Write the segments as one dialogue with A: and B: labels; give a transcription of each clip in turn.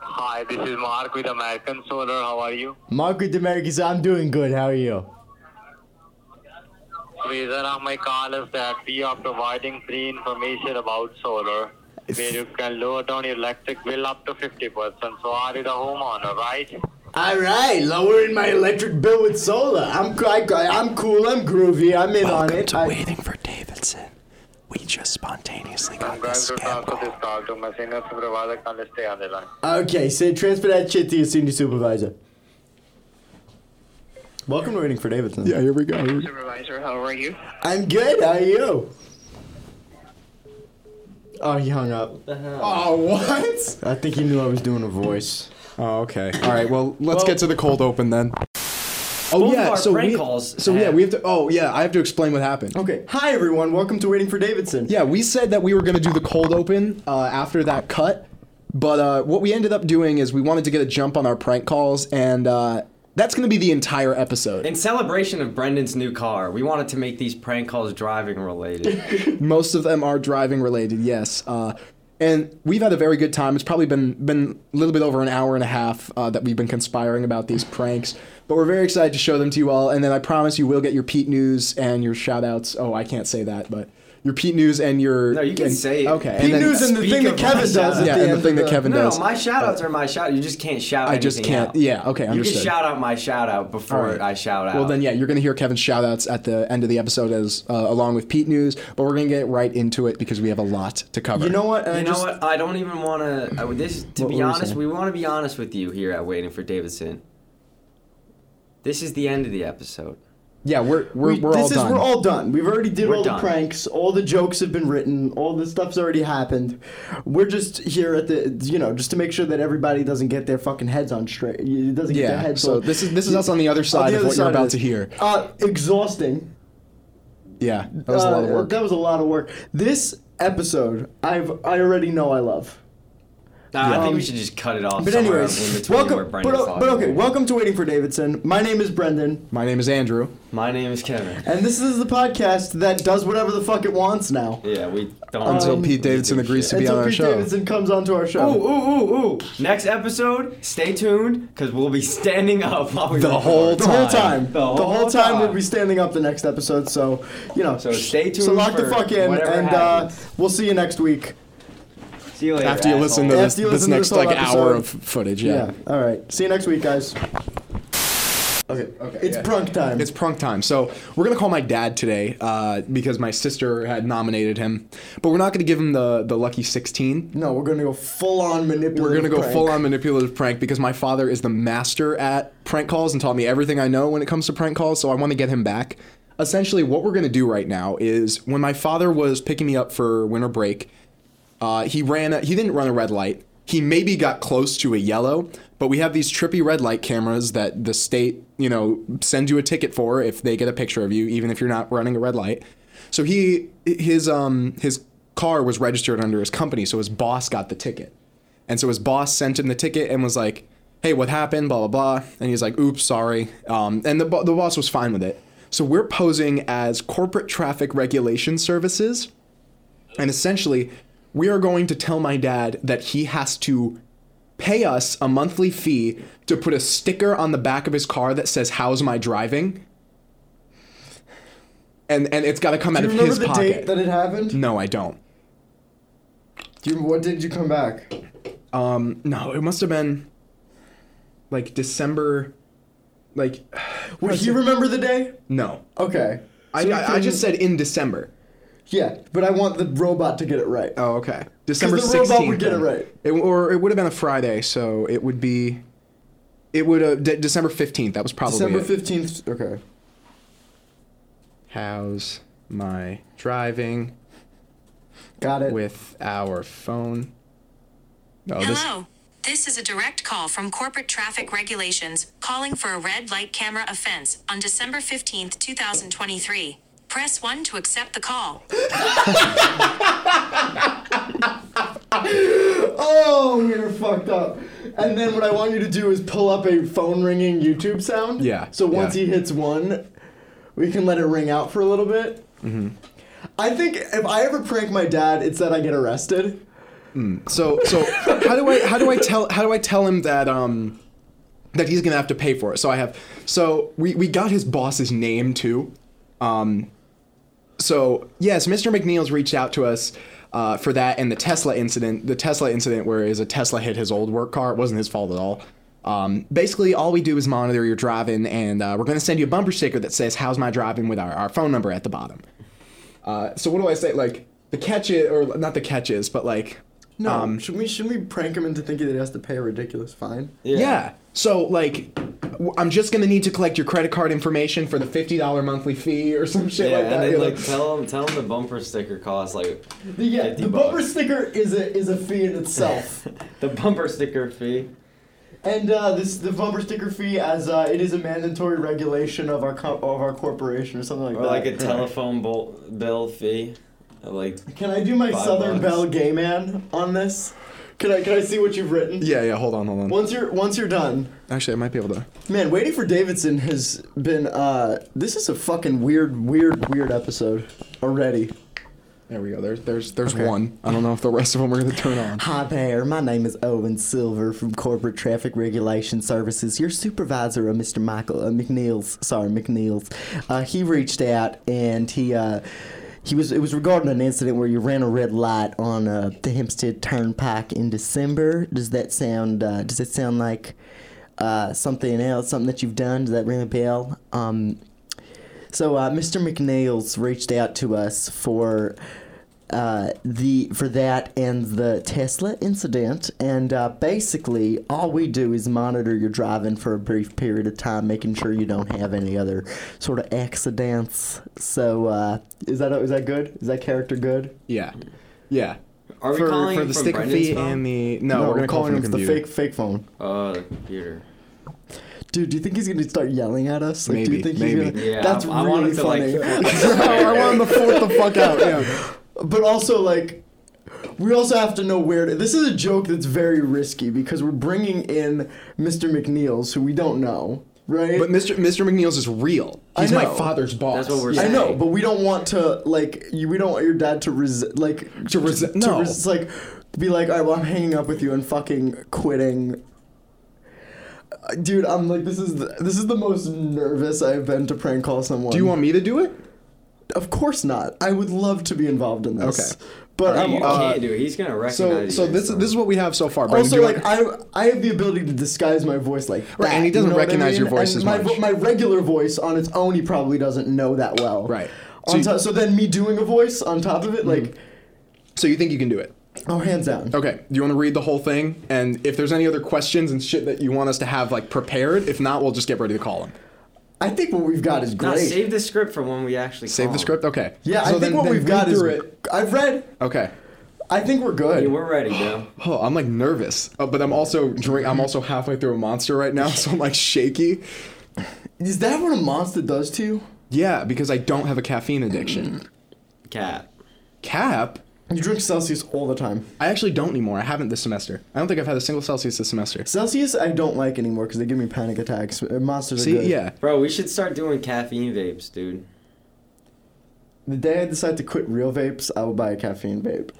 A: Hi, this is Mark with American Solar. How are you?
B: Mark with Americans, I'm doing good. How are you?
A: Reason of uh, my call is that we are providing free information about solar, where you can lower down your electric bill up to 50%. So are you the homeowner, right?
B: All right, lowering my electric bill with solar. I'm c- I, am cool. I'm groovy. I'm in
C: Welcome
B: on it.
C: to
B: I-
C: Waiting for Davidson. We just spontaneously
A: I'm
C: got
A: going
C: this
A: to
C: scam
A: transfer
C: call.
A: this call to my senior supervisor. Can you stay on the line?
B: okay, say transfer that shit to your senior supervisor. Welcome to Waiting for Davidson.
D: Yeah, here we go. Here we go.
E: Supervisor, how are you?
B: I'm good. How are you? Oh, he hung up.
D: Oh, what?
B: I think he knew I was doing a voice.
D: Oh, okay. All right. Well, let's get to the cold open then. Oh
F: Both of
D: yeah.
F: our
D: So
F: prank
D: we.
F: calls
D: so yeah,
F: have-
D: we have to. Oh yeah, I have to explain what happened.
B: Okay. Hi, everyone. Welcome to Waiting for Davidson.
D: Yeah, we said that we were going to do the cold open uh, after that cut, but uh, what we ended up doing is we wanted to get a jump on our prank calls, and uh, that's going to be the entire episode.
F: In celebration of Brendan's new car, we wanted to make these prank calls driving related.
D: Most of them are driving related, yes. Uh, and we've had a very good time. It's probably been been a little bit over an hour and a half uh, that we've been conspiring about these pranks, but we're very excited to show them to you all. And then I promise you will get your Pete news and your shout outs. Oh, I can't say that, but your Pete news and your
F: No, you can
D: and-
F: say it.
D: okay.
B: Pete
D: and then-
B: News and the
F: Speak
B: thing that
F: of
B: Kevin
F: myself.
B: does. at
D: yeah,
B: the
D: and the
B: end
D: thing
B: of
D: that Kevin
F: no,
D: does.
F: no, my shout outs are my shout. You just can't shout.
D: uh, I just
F: anything
D: can't.
F: out.
D: Yeah. Okay.
F: You
D: Understood.
F: can shout out my shout out before
D: All right.
F: I shout out.
D: Well, then, yeah, you're going to hear Kevin's shout outs at the end of the episode as uh, along with Pete News, but we're going to get right into it because we have a lot to cover.
B: You know what?
F: You
B: I
F: know
B: just-
F: what? I don't even want to. This, to
D: What
F: be
D: were we
F: honest,
D: saying?
F: we want to be honest with you here at Waiting for Davidson. This is the end of the episode.
D: Yeah, we're, we're,
B: We-
D: we're
B: this
D: all
B: is
D: done.
B: we're all done. We've already did
F: We're
B: all
F: done.
B: the pranks. All the jokes have been written. All the stuff's already happened. We're just here at the you know just to make sure that everybody doesn't get their fucking heads on straight. It doesn't get their
D: yeah.
B: heads.
D: So
B: on.
D: this is this is us on the other
B: On
D: side
B: the
D: of
B: other
D: what you're
B: side
D: about
B: this.
D: to hear.
B: Uh, exhausting.
D: Yeah, that was a lot of
B: Uh,
D: work.
B: That was a lot of work. This episode, I've I already know I love.
F: Uh, I
B: Um,
F: think we should just cut it off.
B: But
F: somewhere in
B: anyways,
F: between where
B: welcome. But,
F: Brendan
B: o-
F: thought
B: but
F: it
B: okay,
F: was.
B: welcome to Waiting for Davidson. My name is Brendan,
D: My name is Andrew.
F: My name is Kevin.
B: and this is the podcast that does whatever the fuck it wants now.
F: Yeah, we don't.
D: Until
F: we
D: Pete
F: do
D: Davidson
F: shit.
D: agrees to be
B: Until
D: on our
B: Pete
D: show.
B: Davidson comes onto our show.
F: Ooh, ooh, ooh, ooh. Next episode, stay tuned, because we'll be standing up while we
D: The
F: record.
D: whole
B: The whole time.
F: The
B: The whole,
F: whole
B: time,
F: time.
B: we'll be standing up the next episode. So, you know.
F: So stay tuned
B: So lock the
F: for
B: fuck in,
F: whatever
B: and uh,
F: happens.
B: we'll see you next week.
F: See you later.
D: After you listen to
F: asshole.
D: this,
B: After you
D: this
B: listen to
D: next
B: this whole
D: like hour of
B: episode.
D: footage,
B: Yeah.
D: yeah.
B: All right. See you next week, guys. Okay. Okay. It's
D: yeah.
B: prunk time.
D: It's prunk time. So we're gonna call my dad today uh, because my sister had nominated him, but we're not gonna give him the the lucky sixteen.
B: no, we're gonna go full on manipulative.
D: We're gonna go
B: prank.
D: full on manipulative prank because my father is the master at prank calls and taught me everything I know when it comes to prank calls. So I want to get him back. Essentially, what we're gonna do right now is when my father was picking me up for winter break, uh, he ran. A, he didn't run a red light. He maybe got close to a yellow, but we have these trippy red light cameras that the state, you know, send you a ticket for if they get a picture of you, even if you're not running a red light. So he, his, um, his car was registered under his company, so his boss got the ticket. And so his boss sent him the ticket and was like, "Hey, what happened? Blah blah blah." And he's like, "Oops, sorry." Um, and the bo- the boss was fine with it. So we're posing as corporate traffic regulation services, and essentially, we are going to tell my dad that he has to pay us a monthly fee to put a sticker on the back of his car that says "How's my driving." And, and it's got to come out
B: Do you
D: of
B: remember
D: his
B: the
D: pocket.
B: date that it happened?
D: no, I don't.
B: Do you, what did you come back?
D: Um, no, it must have been like December, like
B: Would you remember the day?
D: no.
B: Okay.
D: I,
B: So
D: I, I
B: can-
D: just said in December.
B: Yeah, but I want the robot to get it right.
D: Oh, okay. December
B: the robot
D: sixteenth.
B: would get it right.
D: or it would have been a Friday, so it would be. It would have De- December fifteenth. That was probably
B: December
D: it.
B: fifteenth. Okay.
D: How's my driving
B: Got it.
D: with our phone? Oh, this-
G: Hello. This is a direct call from Corporate Traffic Regulations, calling for a red light camera offense on December 15th, 2023. Press 1 to accept the call.
B: Oh, we are fucked up. And then what I want you to do is pull up a phone ringing YouTube sound.
D: Yeah,
B: So once
D: yeah.
B: he hits one, we can let it ring out for a little bit. Mm-hmm. I think if I ever prank my dad, it's that I get arrested.
D: So so how do I how do I tell how do I tell him that um that he's gonna have to pay for it? So I have so we we got his boss's name too. Um, so yes, Mr. McNeil's reached out to us. Uh, for that and the Tesla incident, the Tesla incident where is a Tesla hit his old work car. It wasn't his fault at all. Um, basically, all we do is monitor your driving, and uh, we're going to send you a bumper sticker that says "How's my driving?" with our, our phone number at the bottom. Uh, so what do I say? Like the catch is, or not the catch is, but like
B: No,
D: Um,
B: should we should we prank him into thinking that he has to pay a ridiculous fine?
D: yeah. So like, w- I'm just gonna need to collect your credit card information for the fifty dollar monthly fee or some shit
F: Yeah,
D: like
F: and
D: that.
F: then
D: You're
F: like
D: like,
F: tell them tell them the bumper sticker costs like
B: The, yeah,
F: 50
B: the bumper
F: bucks.
B: sticker is a is a fee in itself,
F: the bumper sticker fee.
B: and uh, this the bumper sticker fee as uh, it is a mandatory regulation of our co- of our corporation or something like
F: Or
B: that.
F: like a telephone bol- bill fee. Like
B: Can I do my
F: Five
B: Southern
F: bucks.
B: Belle gay man on this? Can I can I see what you've written?
D: yeah, yeah. Hold on, hold on.
B: Once you're once you're done,
D: Actually, I might be able to.
B: man. Waiting for Davidson has been. Uh, this is a fucking weird, weird, weird episode already.
D: There we go. There's there's there's one. I don't know if the rest of them are gonna turn on.
B: Hi there, my name is Owen Silver from Corporate Traffic Regulation Services. Your supervisor, uh, Mr. Michael uh, McNeil's, sorry McNeil's, uh, he reached out and he uh, he was it was regarding an incident where you ran a red light on uh, the Hempstead Turnpike in December. Does that sound uh, Does that sound like uh, something else, something that you've done? Does that ring a bell? Um, so uh, Mr. McNeil's reached out to us for uh, the for that and the Tesla incident, and uh, basically all we do is monitor your driving for a brief period of time, making sure you don't have any other sort of accidents. So uh, is that is that good? Is that character good?
D: Yeah, yeah.
F: Are we
D: for,
F: calling
D: for
F: him
D: the
F: from
D: sticker
F: Brendan's
D: fee
F: phone?
D: and the no, we're
B: we're
D: gonna call
B: calling
D: him
B: him
D: from
B: the
D: computer.
B: fake fake phone.
F: oh the computer.
B: Dude, do you think he's gonna start yelling at us? Like, do
D: Maybe,
B: you think
D: maybe.
B: he's gonna?
F: Yeah,
B: That's
F: I- I
B: really
F: want him to, like,
B: funny.
D: Oh, I want him to flip the fuck out. Yeah.
B: but also like we also have to know where to, this is a joke that's very risky because we're bringing in Mr. McNeil's who we don't know, right?
D: But Mr. Mr. McNeil's is real.
B: I
D: He's my
B: know.
D: father's boss.
F: That's what we're
D: Yeah.
B: I
F: saying.
B: know, but we don't want to like you, we don't want your dad to res like
D: To res-
B: to
D: no.
B: res- like be like, all right, well I'm hanging up with you and fucking quitting. Uh, Dude, I'm like this is the, this is the most nervous I've been to prank call someone.
D: Do you want me to do it?
B: Of course not. I would love to be involved in this.
D: Okay.
B: but
F: No,
B: I'm,
F: you
B: uh,
F: can't do it. He's gonna recognize
D: So
F: you.
D: so this
F: so-
D: this is what we have so far. Brandon. Do
B: Also,
D: you
B: like
D: want-
B: I, I have the ability to disguise my voice like that.
D: Right, and he doesn't
B: you know what
D: recognize your voice
B: And
D: as
B: my,
D: much.
B: My regular voice on its own, he probably doesn't know that well.
D: Right. So
B: So, on
D: you-
B: to- so then me doing a voice on top of it, like,
D: so you think you can do it?
B: oh, hands down.
D: Mm-hmm. Okay. Do you want to read the whole thing? And if there's any other questions and shit that you want us to have like prepared, if not, we'll just get ready to call him.
B: I think what we've got is
F: No,
B: great.
F: save the script for when we actually
D: Save
F: call
D: the
F: him.
D: script. Okay.
B: Oh. yeah, I
D: So
B: think
D: then-
B: what
D: then
B: we've
D: read
B: got is.
D: through it.
B: I've read.
D: Okay.
B: I think we're good.
F: Hey, we're ready, bro.
D: Oh, I'm like nervous, uh, but I'm also drink. I'm also halfway through a monster right now, so I'm like shaky.
B: is that what a monster does to you?
D: Yeah, because I don't have a caffeine addiction.
F: Cat.
D: Cap,
B: You drink Celsius all the time.
D: I actually don't anymore. I haven't this semester. I don't think I've had a single Celsius this semester.
B: Celsius, I don't like anymore because they give me panic attacks. Uh, Monsters are
D: See,
B: good.
D: yeah,
F: Bro, we should start doing caffeine vapes, dude.
B: The day I decide to quit real vapes, I will buy a caffeine vape.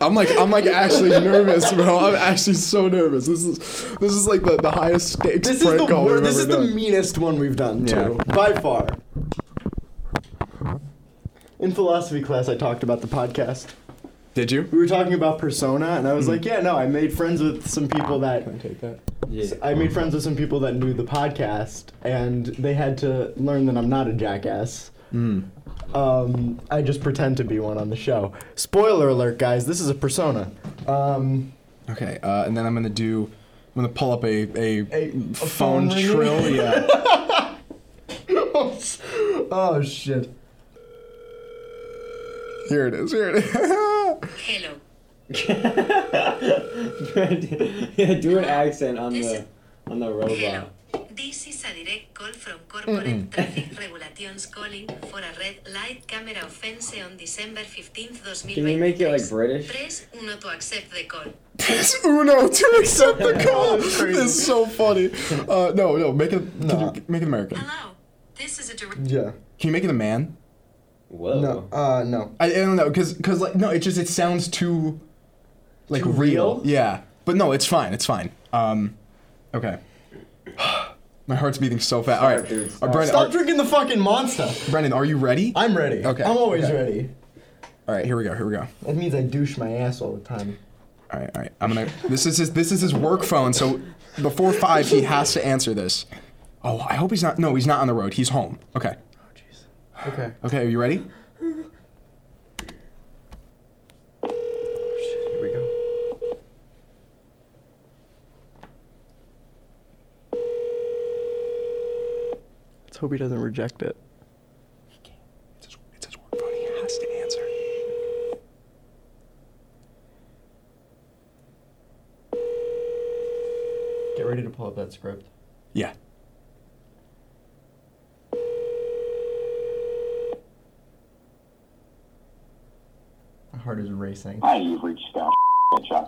D: I'm like, I'm like actually nervous, bro. I'm actually so nervous. This is, this is like the, the highest stakes
B: This is
D: prank
B: the
D: call
B: wor-
D: we've
B: This is
D: ever
B: the
D: done.
B: meanest one we've done
D: Yeah.
B: too, by far. In philosophy class, I talked about the podcast.
D: Did you?
B: We were talking about persona, and I was like, "Yeah, no, I made friends with some people that
D: Take that.
F: Yeah.
B: I made friends with some people that knew the podcast, and they had to learn that I'm not a jackass. Um, I just pretend to be one on the show. Spoiler alert, guys! This is a persona. Um,
D: Okay, uh, and then I'm gonna do. I'm gonna pull up a a,
B: A- a phone
D: phone,
B: ringing?
D: trill. Yeah.
B: oh shit.
D: here it is. Here it is.
G: Hello.
F: yeah, do an accent on the on the
G: Hello.
F: robot.
G: This is a direct call from Corporate Traffic Regulations calling for a red light camera offense on December 15th, 2023.
F: Can you make it like British?
G: Press uno to accept the call.
D: It's Uno to accept the call. this is so funny. Uh, no, no, make it. can
B: Nah.
D: you make it American.
G: Hello. This is a direct
B: Yeah.
D: Can you make it a man?
F: Whoa.
B: No. Uh, no.
D: I, I don't know, cause, 'cause, like no, it just it sounds too like
B: Too real?
D: Yeah, but no, it's fine. It's fine. Um, okay. My heart's beating so fast. All right,
F: dude.
D: Uh, Brendan,
B: Stop
D: are,
B: drinking the fucking monster.
D: Brendan, are you ready?
B: I'm ready.
D: Okay,
B: I'm always
D: okay.
B: ready.
D: All right, here we go. Here we go.
B: That means I douche my ass all the time.
D: All right, all right. I'm gonna. This is his. This is his work phone. So before five, he has to answer this. Oh, I hope he's not. No, he's not on the road. He's home. Okay.
B: Okay.
D: Okay. Are you ready?
B: Here we go. Let's hope he doesn't reject it.
D: It's his, it's his work phone. He has to answer.
B: Get ready to pull up that script.
D: Yeah.
B: My heart is racing.
E: Hi, you've reached out at John.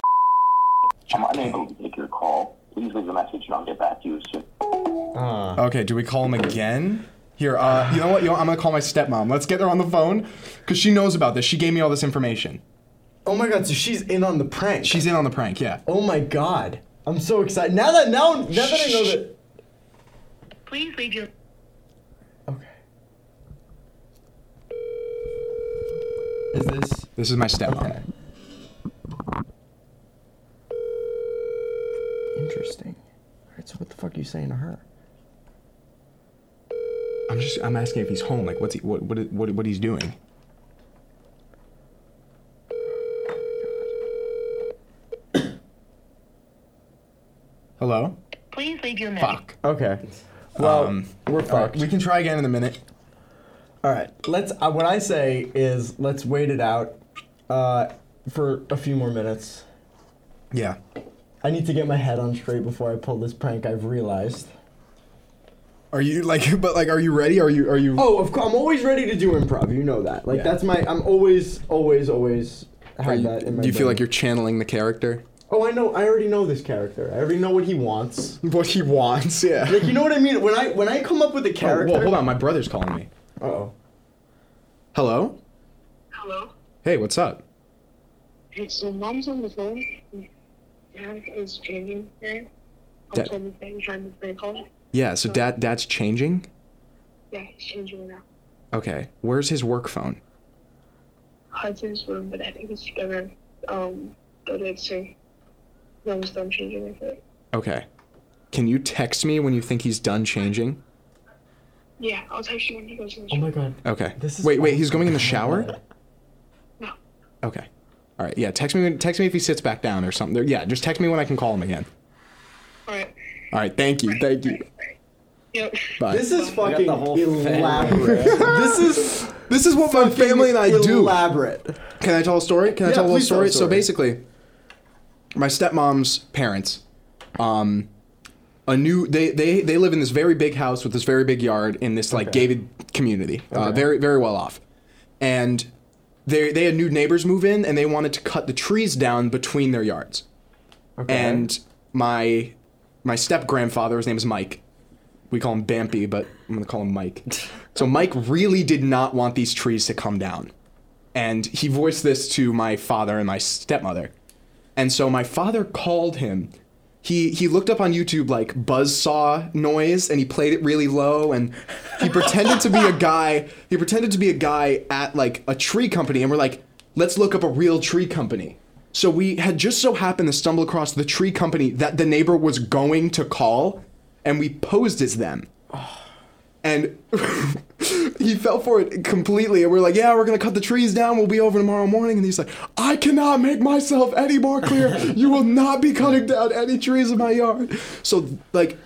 E: I'm unable to take your call. Please leave a message and I'll get back to you soon.
B: Ah.
D: Okay. Do we call him again? Here. Uh. You know what? You know, what? I'm gonna call my stepmom. Let's get her on the phone, cause she knows about this. She gave me all this information.
B: Oh my god, so she's in on the prank.
D: She's in on the prank. Yeah.
B: Oh my god. I'm so excited. Now that now now that I know
D: Shh.
B: that
G: Please leave your.
B: Okay. Is this
D: This is my stepmom.
B: Okay. Interesting. Alright, so what the fuck are you saying to her?
D: I'm just. I'm asking if he's home. Like, what's he? What? What? What? What he's doing? Hello.
G: Please leave your message.
D: Fuck.
B: Okay. Well,
D: Um,
B: we're
D: All right,
B: fucked.
D: we can try again in a minute.
B: All right. Let's. Uh, what I say is, let's wait it out uh, for a few more minutes.
D: Yeah.
B: I need to get my head on straight before I pull this prank. I've realized.
D: Are you like? But like, are you ready? Are you? Are you?
B: Oh, of course. I'm always ready to do improv. You know that. Like
D: Yeah.
B: that's my. I'm always, always, always
D: are
B: have
D: you
B: that in my.
D: do you feel
B: brain.
D: like you're channeling the character?
B: Oh, I know. I already know this character. I already know what he wants.
D: What he wants. Yeah.
B: Like you know what I mean? When I when I come up with a
D: oh,
B: character.
D: whoa, hold on. My brother's calling me.
B: Oh.
D: Hello.
H: Hello?
D: Hey, what's up?
H: It's your mom's on the phone. Dad is changing there. I'm
D: Dad-
H: trying to think, trying to think call.
D: Yeah. So dad, dad's changing.
H: Yeah, he's changing it now.
D: Okay. Where's his work phone?
H: Hudson's room, but I think it's gonna um go to it soon. No, I'm done changing it. but-
D: Okay. Can you text me when you think he's done changing?
H: Yeah, I'll text you when he goes to the
B: Oh
H: show.
B: my god.
D: Okay.
B: This is
D: wait, wait.
B: awesome.
D: He's going in the shower.
H: No.
D: Okay. All right. Yeah. Text me. when- Text me if he sits back down or something. Yeah. Just text me when I can call him again.
H: Alright.
D: All right. Thank you. Thank you.
H: Yep.
D: Bye.
B: This is fucking
F: the whole thing.
B: elaborate. this is
D: This is what my family and I do.
B: elaborate.
D: Can I tell a story? Can I
B: Yeah,
D: tell a little
B: please tell a
D: story? So
B: story.
D: basically, my stepmom's parents, um, a new they they they live in this very big house with this very big yard in this like
B: Okay.
D: gated community, uh, very very well off, and they they had new neighbors move in and they wanted to cut the trees down between their yards,
B: Okay.
D: and my my step grandfather his name is Mike. We call him Bampy, but I'm gonna call him Mike. so Mike really did not want these trees to come down and he voiced this to my father and my stepmother. And so my father called him. He he looked up on YouTube like buzzsaw noise and he played it really low and he pretended to be a guy. He pretended to be a guy at like a tree company and we're like, "Let's look up a real tree company." So we had just so happened to stumble across the tree company that the neighbor was going to call and we posed as them and he fell for it completely. And we're like, yeah, we're gonna cut the trees down. We'll be over tomorrow morning. And he's like, I cannot make myself any more clear. you will not be cutting down any trees in my yard. So like,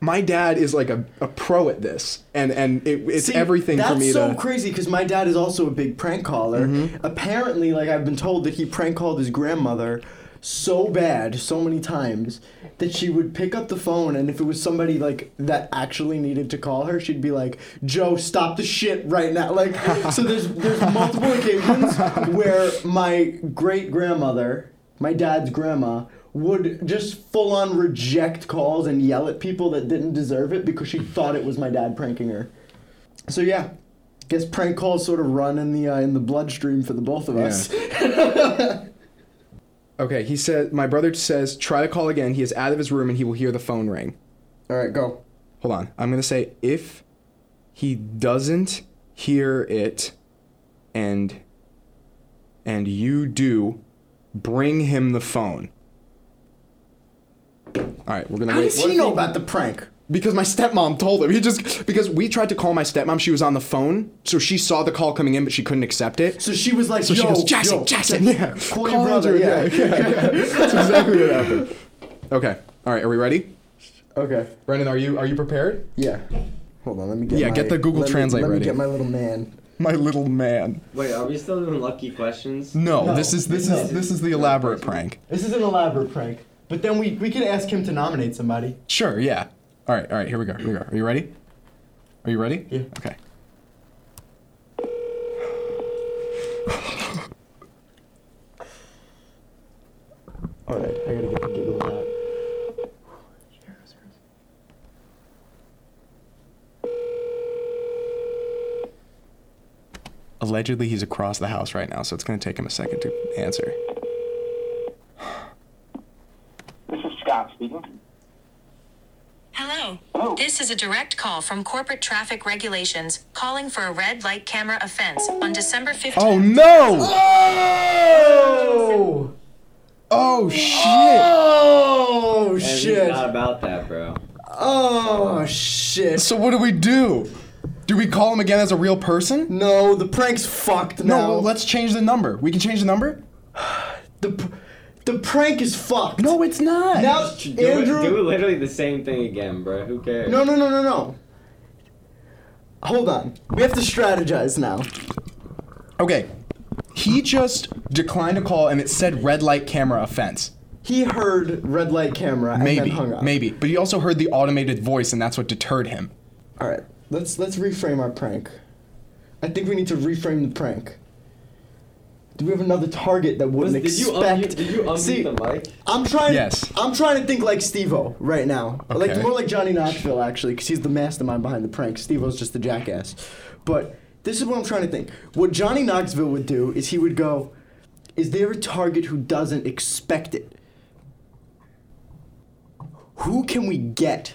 D: my dad is like a, a pro at this, and and it, it's
B: See,
D: everything
B: that's
D: for me
B: so
D: to. Mm-hmm.
B: crazy because my dad is also a big prank caller. Apparently, like I've been told that he prank called his grandmother so bad, so many times that she would pick up the phone, and if it was somebody like that actually needed to call her, she'd be like, "Joe, stop the shit right now!" Like, so there's there's multiple occasions where my great grandmother, my dad's grandma. Would just full on reject calls and yell at people that didn't deserve it because she thought it was my dad pranking her. So yeah, guess prank calls sort of run in the uh, in the bloodstream for the both of us.
D: Okay, he said my brother says try to call again. He is out of his room and he will hear the phone ring. All right, go. Hold on. I'm going to say if he doesn't hear it and and you do bring him the phone. All right, we're going to
B: How
D: wait.
B: does he know about the prank?
D: Because my stepmom told him. He just because we tried to call my stepmom, she was on the phone, so she saw the call coming in, but she couldn't accept it.
B: So she was like,
D: So
B: yo,
D: she goes, Jackson,
B: yo,
D: Jackson, yeah.
B: Call your brother,
D: Andrew,
B: yeah.
D: That's exactly what happened. Okay. All right. Are we ready?
B: Okay.
D: Brendan, are you are you prepared?
B: Yeah. Hold on, let me get
D: Yeah,
B: my-
D: get the Google
B: let me-
D: Translate
B: let me
D: ready.
B: get my little man.
D: My little man.
F: Wait, are we still doing lucky questions?
D: No,
B: No,
D: this is this
B: no.
D: is this is the elaborate prank.
B: This is an elaborate prank, but then we we could ask him to nominate somebody.
D: Sure. Yeah. All right. All right. Here we go. Here we go. Are you ready? Are you ready?
B: Yeah.
D: Okay.
B: All right, I gotta get the Google out.
D: Allegedly, he's across the house right now, so it's gonna take him a second to answer.
E: This is Scott speaking.
G: Hello.
I: Oh.
E: Hello.
G: This is a direct call from Corporate Traffic Regulations calling for a red light camera offense on December 15th.
D: Oh no! Oh! Oh shit!
B: Oh
F: Hey, we
B: shit!
F: forgot about that, bro.
B: Oh shit!
D: So what do we do? Do we call him again as a real person?
B: No, the prank's fucked now.
D: let's change the number. We can change the number?
B: the pr- the prank is fucked.
D: No, it's not.
B: now
F: Do it,
B: Andrew.
F: do literally the same thing again, bro. Who cares?
B: No, no, no, no, no. Hold on. We have to strategize now.
D: Okay. He just declined a call and it said red light camera offense.
B: He heard red light camera and then
D: Maybe.
B: hung up.
D: Maybe. But he also heard the automated voice and that's what deterred him.
B: All right. Let's let's reframe our prank. I think we need to reframe the prank. Do we have another target that
F: Was-
B: wouldn't
F: did you
B: expect?
F: unmute, did you unmute
B: See,
F: the mic?
B: I'm trying.
D: Yes.
B: I'm trying to think like Steve-O right now. Like
D: Okay.
B: more like Johnny Knoxville actually, because he's the mastermind behind the prank. Steve-O's just the jackass. But this is what I'm trying to think. What Johnny Knoxville would do is he would go, "Is there a target who doesn't expect it? Who can we get?"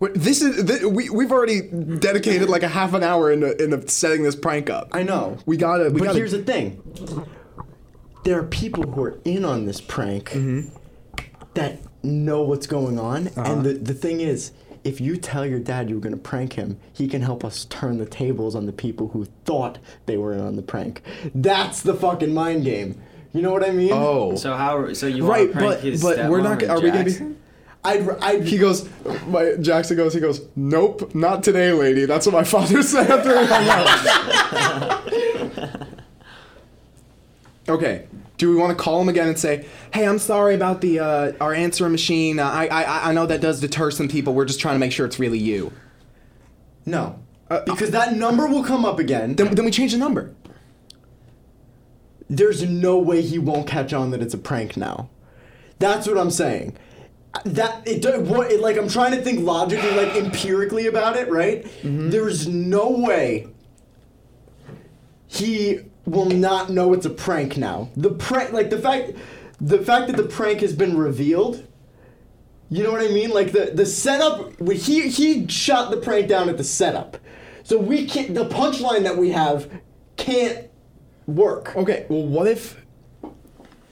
D: Wait, This is th- we we've already dedicated like a half an hour into into setting this prank up.
B: I know.
D: We gotta. We
B: but
D: gotta,
B: here's the thing. There are people who are in on this prank
D: Mm-hmm.
B: that know what's going on.
D: Uh-huh.
B: And the, the thing is, if you tell your dad you were going to prank him, he can help us turn the tables on the people who thought they were in on the prank. That's the fucking mind game. You know what I mean?
D: oh.
F: So how? So you
D: Right,
F: want to prank
D: but-
F: his
D: but we're not
F: stepmom
D: gonna- are we gonna
F: and
D: be-
F: Jackson?
B: I'd, r- I'd,
D: He goes, my Jackson goes, he goes, nope, not today, lady. That's what my father said after he hung up. okay. Do we want to call him again and say, hey, I'm sorry about the uh, our answering machine. Uh, I, I I know that does deter some people. We're just trying to make sure it's really you. Uh,
B: no. because that number will come up again.
D: Then, then we change the number.
B: there's no way he won't catch on that it's a prank now. That's what I'm saying. That it, do- what it like I'm trying to think logically, like empirically about it, right? There's no way he will not know it's a prank now. The prank, like the fact, the fact that the prank has been revealed. You know what I mean? Like the the setup. when He he shot the prank down at the setup, so we can't. The punchline that we have can't work.
D: Okay. Well, what if?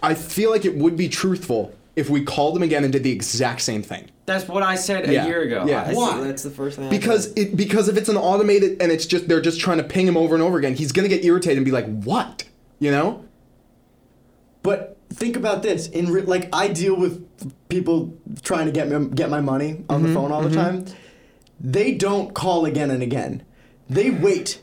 D: I feel like it would be truthful if we called him again and did the exact same thing.
F: That's what I said a
D: Yeah,
F: year ago.
D: yeah.
F: I-
B: Why?
F: That's the first thing. I
D: Because
F: said.
D: it because if it's an automated and it's just they're just trying to ping him over and over again, he's gonna get irritated and be like, "What?" You know?
B: But think about this: in re- like, I deal with people trying to get me, get my money on
F: Mm-hmm.
B: the phone all the time. They don't call again and again. They wait.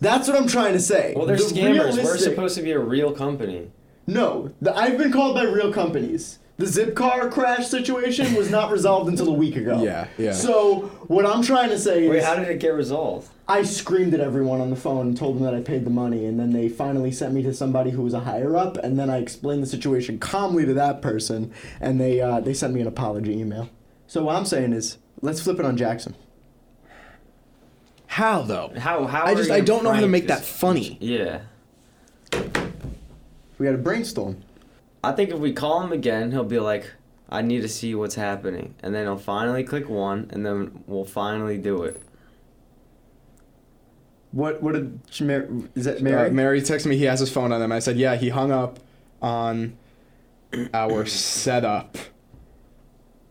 B: That's what I'm trying to say.
F: well, they're
B: The
F: scammers. We're
B: realistic-
F: supposed to be a real company.
B: No, the, I've been called by real companies. The Zipcar crash situation was not resolved until a week ago.
D: Yeah, yeah.
B: So what I'm trying to say is,
F: Wait, how did it get resolved?
B: I screamed at everyone on the phone and told them that I paid the money, and then they finally sent me to somebody who was a higher up, and then I explained the situation calmly to that person, and they uh, they sent me an apology email. So what I'm saying is, let's flip it on Jackson.
D: How though?
F: How? How?
D: I
F: are
D: just
F: you
D: I don't know how to
F: prank
D: make that
F: this-
D: funny.
F: Yeah.
D: We got to brainstorm.
F: I think if we call him again, he'll be like, I need to see what's happening. And then he'll finally click one, and then we'll finally do it.
B: What? What did she mar- is that
D: Mary?
B: Mary?
D: Mary texted me. He has his phone on him. I said, yeah, he hung up on our setup.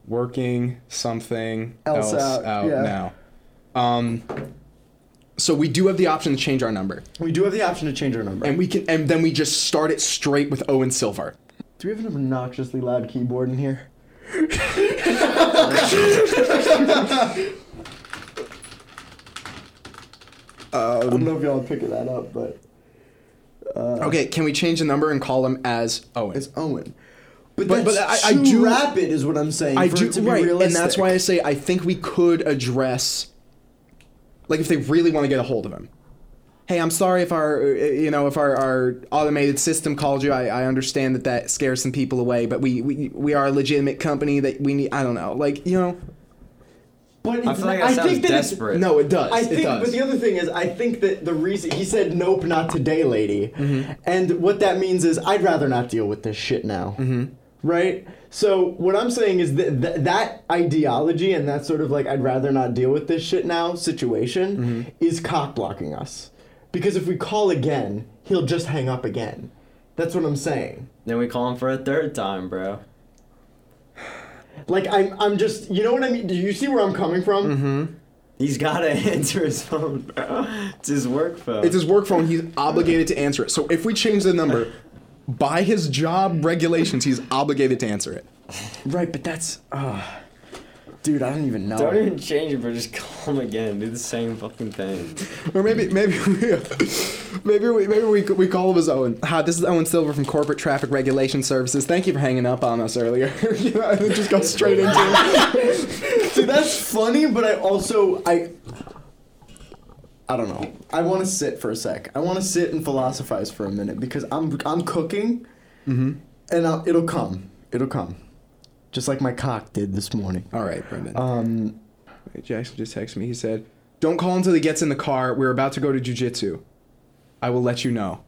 D: Working something else,
B: Else
D: out,
B: out, yeah.
D: now. Um, so we do have the option to change our number,
B: We do have the option to change our number.
D: and we can, and then we just start it straight with Owen Silver.
B: do we have an obnoxiously loud keyboard in here? I don't know if y'all are picking that up, but
D: Okay, can we change the number and call him as Owen?
B: it's Owen. But,
D: But- but
B: that's
D: I- I
B: too
D: do-
B: rapid, is what I'm saying.
D: I
B: for
D: do
B: it to be
D: right, and that's
B: realistic.
D: why I say I think we could address, like, if they really want to get a hold of him. Hey, I'm sorry if our, uh, you know, if our, our automated system called you. I, I understand that that scares some people away, but we, we we are a legitimate company that we need. I don't know, like you know.
B: But
F: I
B: it's
F: feel like
B: not-
F: that sounds
B: think that it's-
F: desperate.
D: No, it does.
B: I
D: it
B: think,
D: does.
B: but the other thing is, I think that the reason he said nope, not today, lady,
D: Mm-hmm.
B: and what that means is I'd rather not deal with this shit now,
D: Mm-hmm.
B: right? So what I'm saying is that th- that ideology and that sort of like I'd rather not deal with this shit now situation
D: Mm-hmm.
B: is cock blocking us, because if we call again, he'll just hang up again. That's what I'm saying.
F: Then we call him for a third time, bro.
B: Like I'm, I'm just, you know what I mean? Do you see where I'm coming from?
F: Mm-hmm. He's gotta answer his phone, bro. It's his work phone.
D: It's his work phone. He's obligated to answer it. So if we change the number, by his job regulations, he's obligated to answer it.
B: Right, but that's, uh, dude, I don't even know.
F: Don't even change it, bro. Just call him again. Do the same fucking thing.
D: Or maybe maybe we, maybe we maybe we we call him as Owen. Hi, this is Owen Silver from Corporate Traffic Regulation Services. Thank you for hanging up on us earlier. you know, and then just go straight into.
B: See, that's funny, but I also I I don't know. I want to sit for a sec. I want to sit and philosophize for a minute because I'm I'm cooking,
F: Mm-hmm.
B: and I'll, it'll come. It'll come, just like my cock did this morning.
D: All right, Brendan.
B: Um,
D: Jackson just texted me. He said, "Don't call until he gets in the car. We're about to go to jujitsu. I will let you know.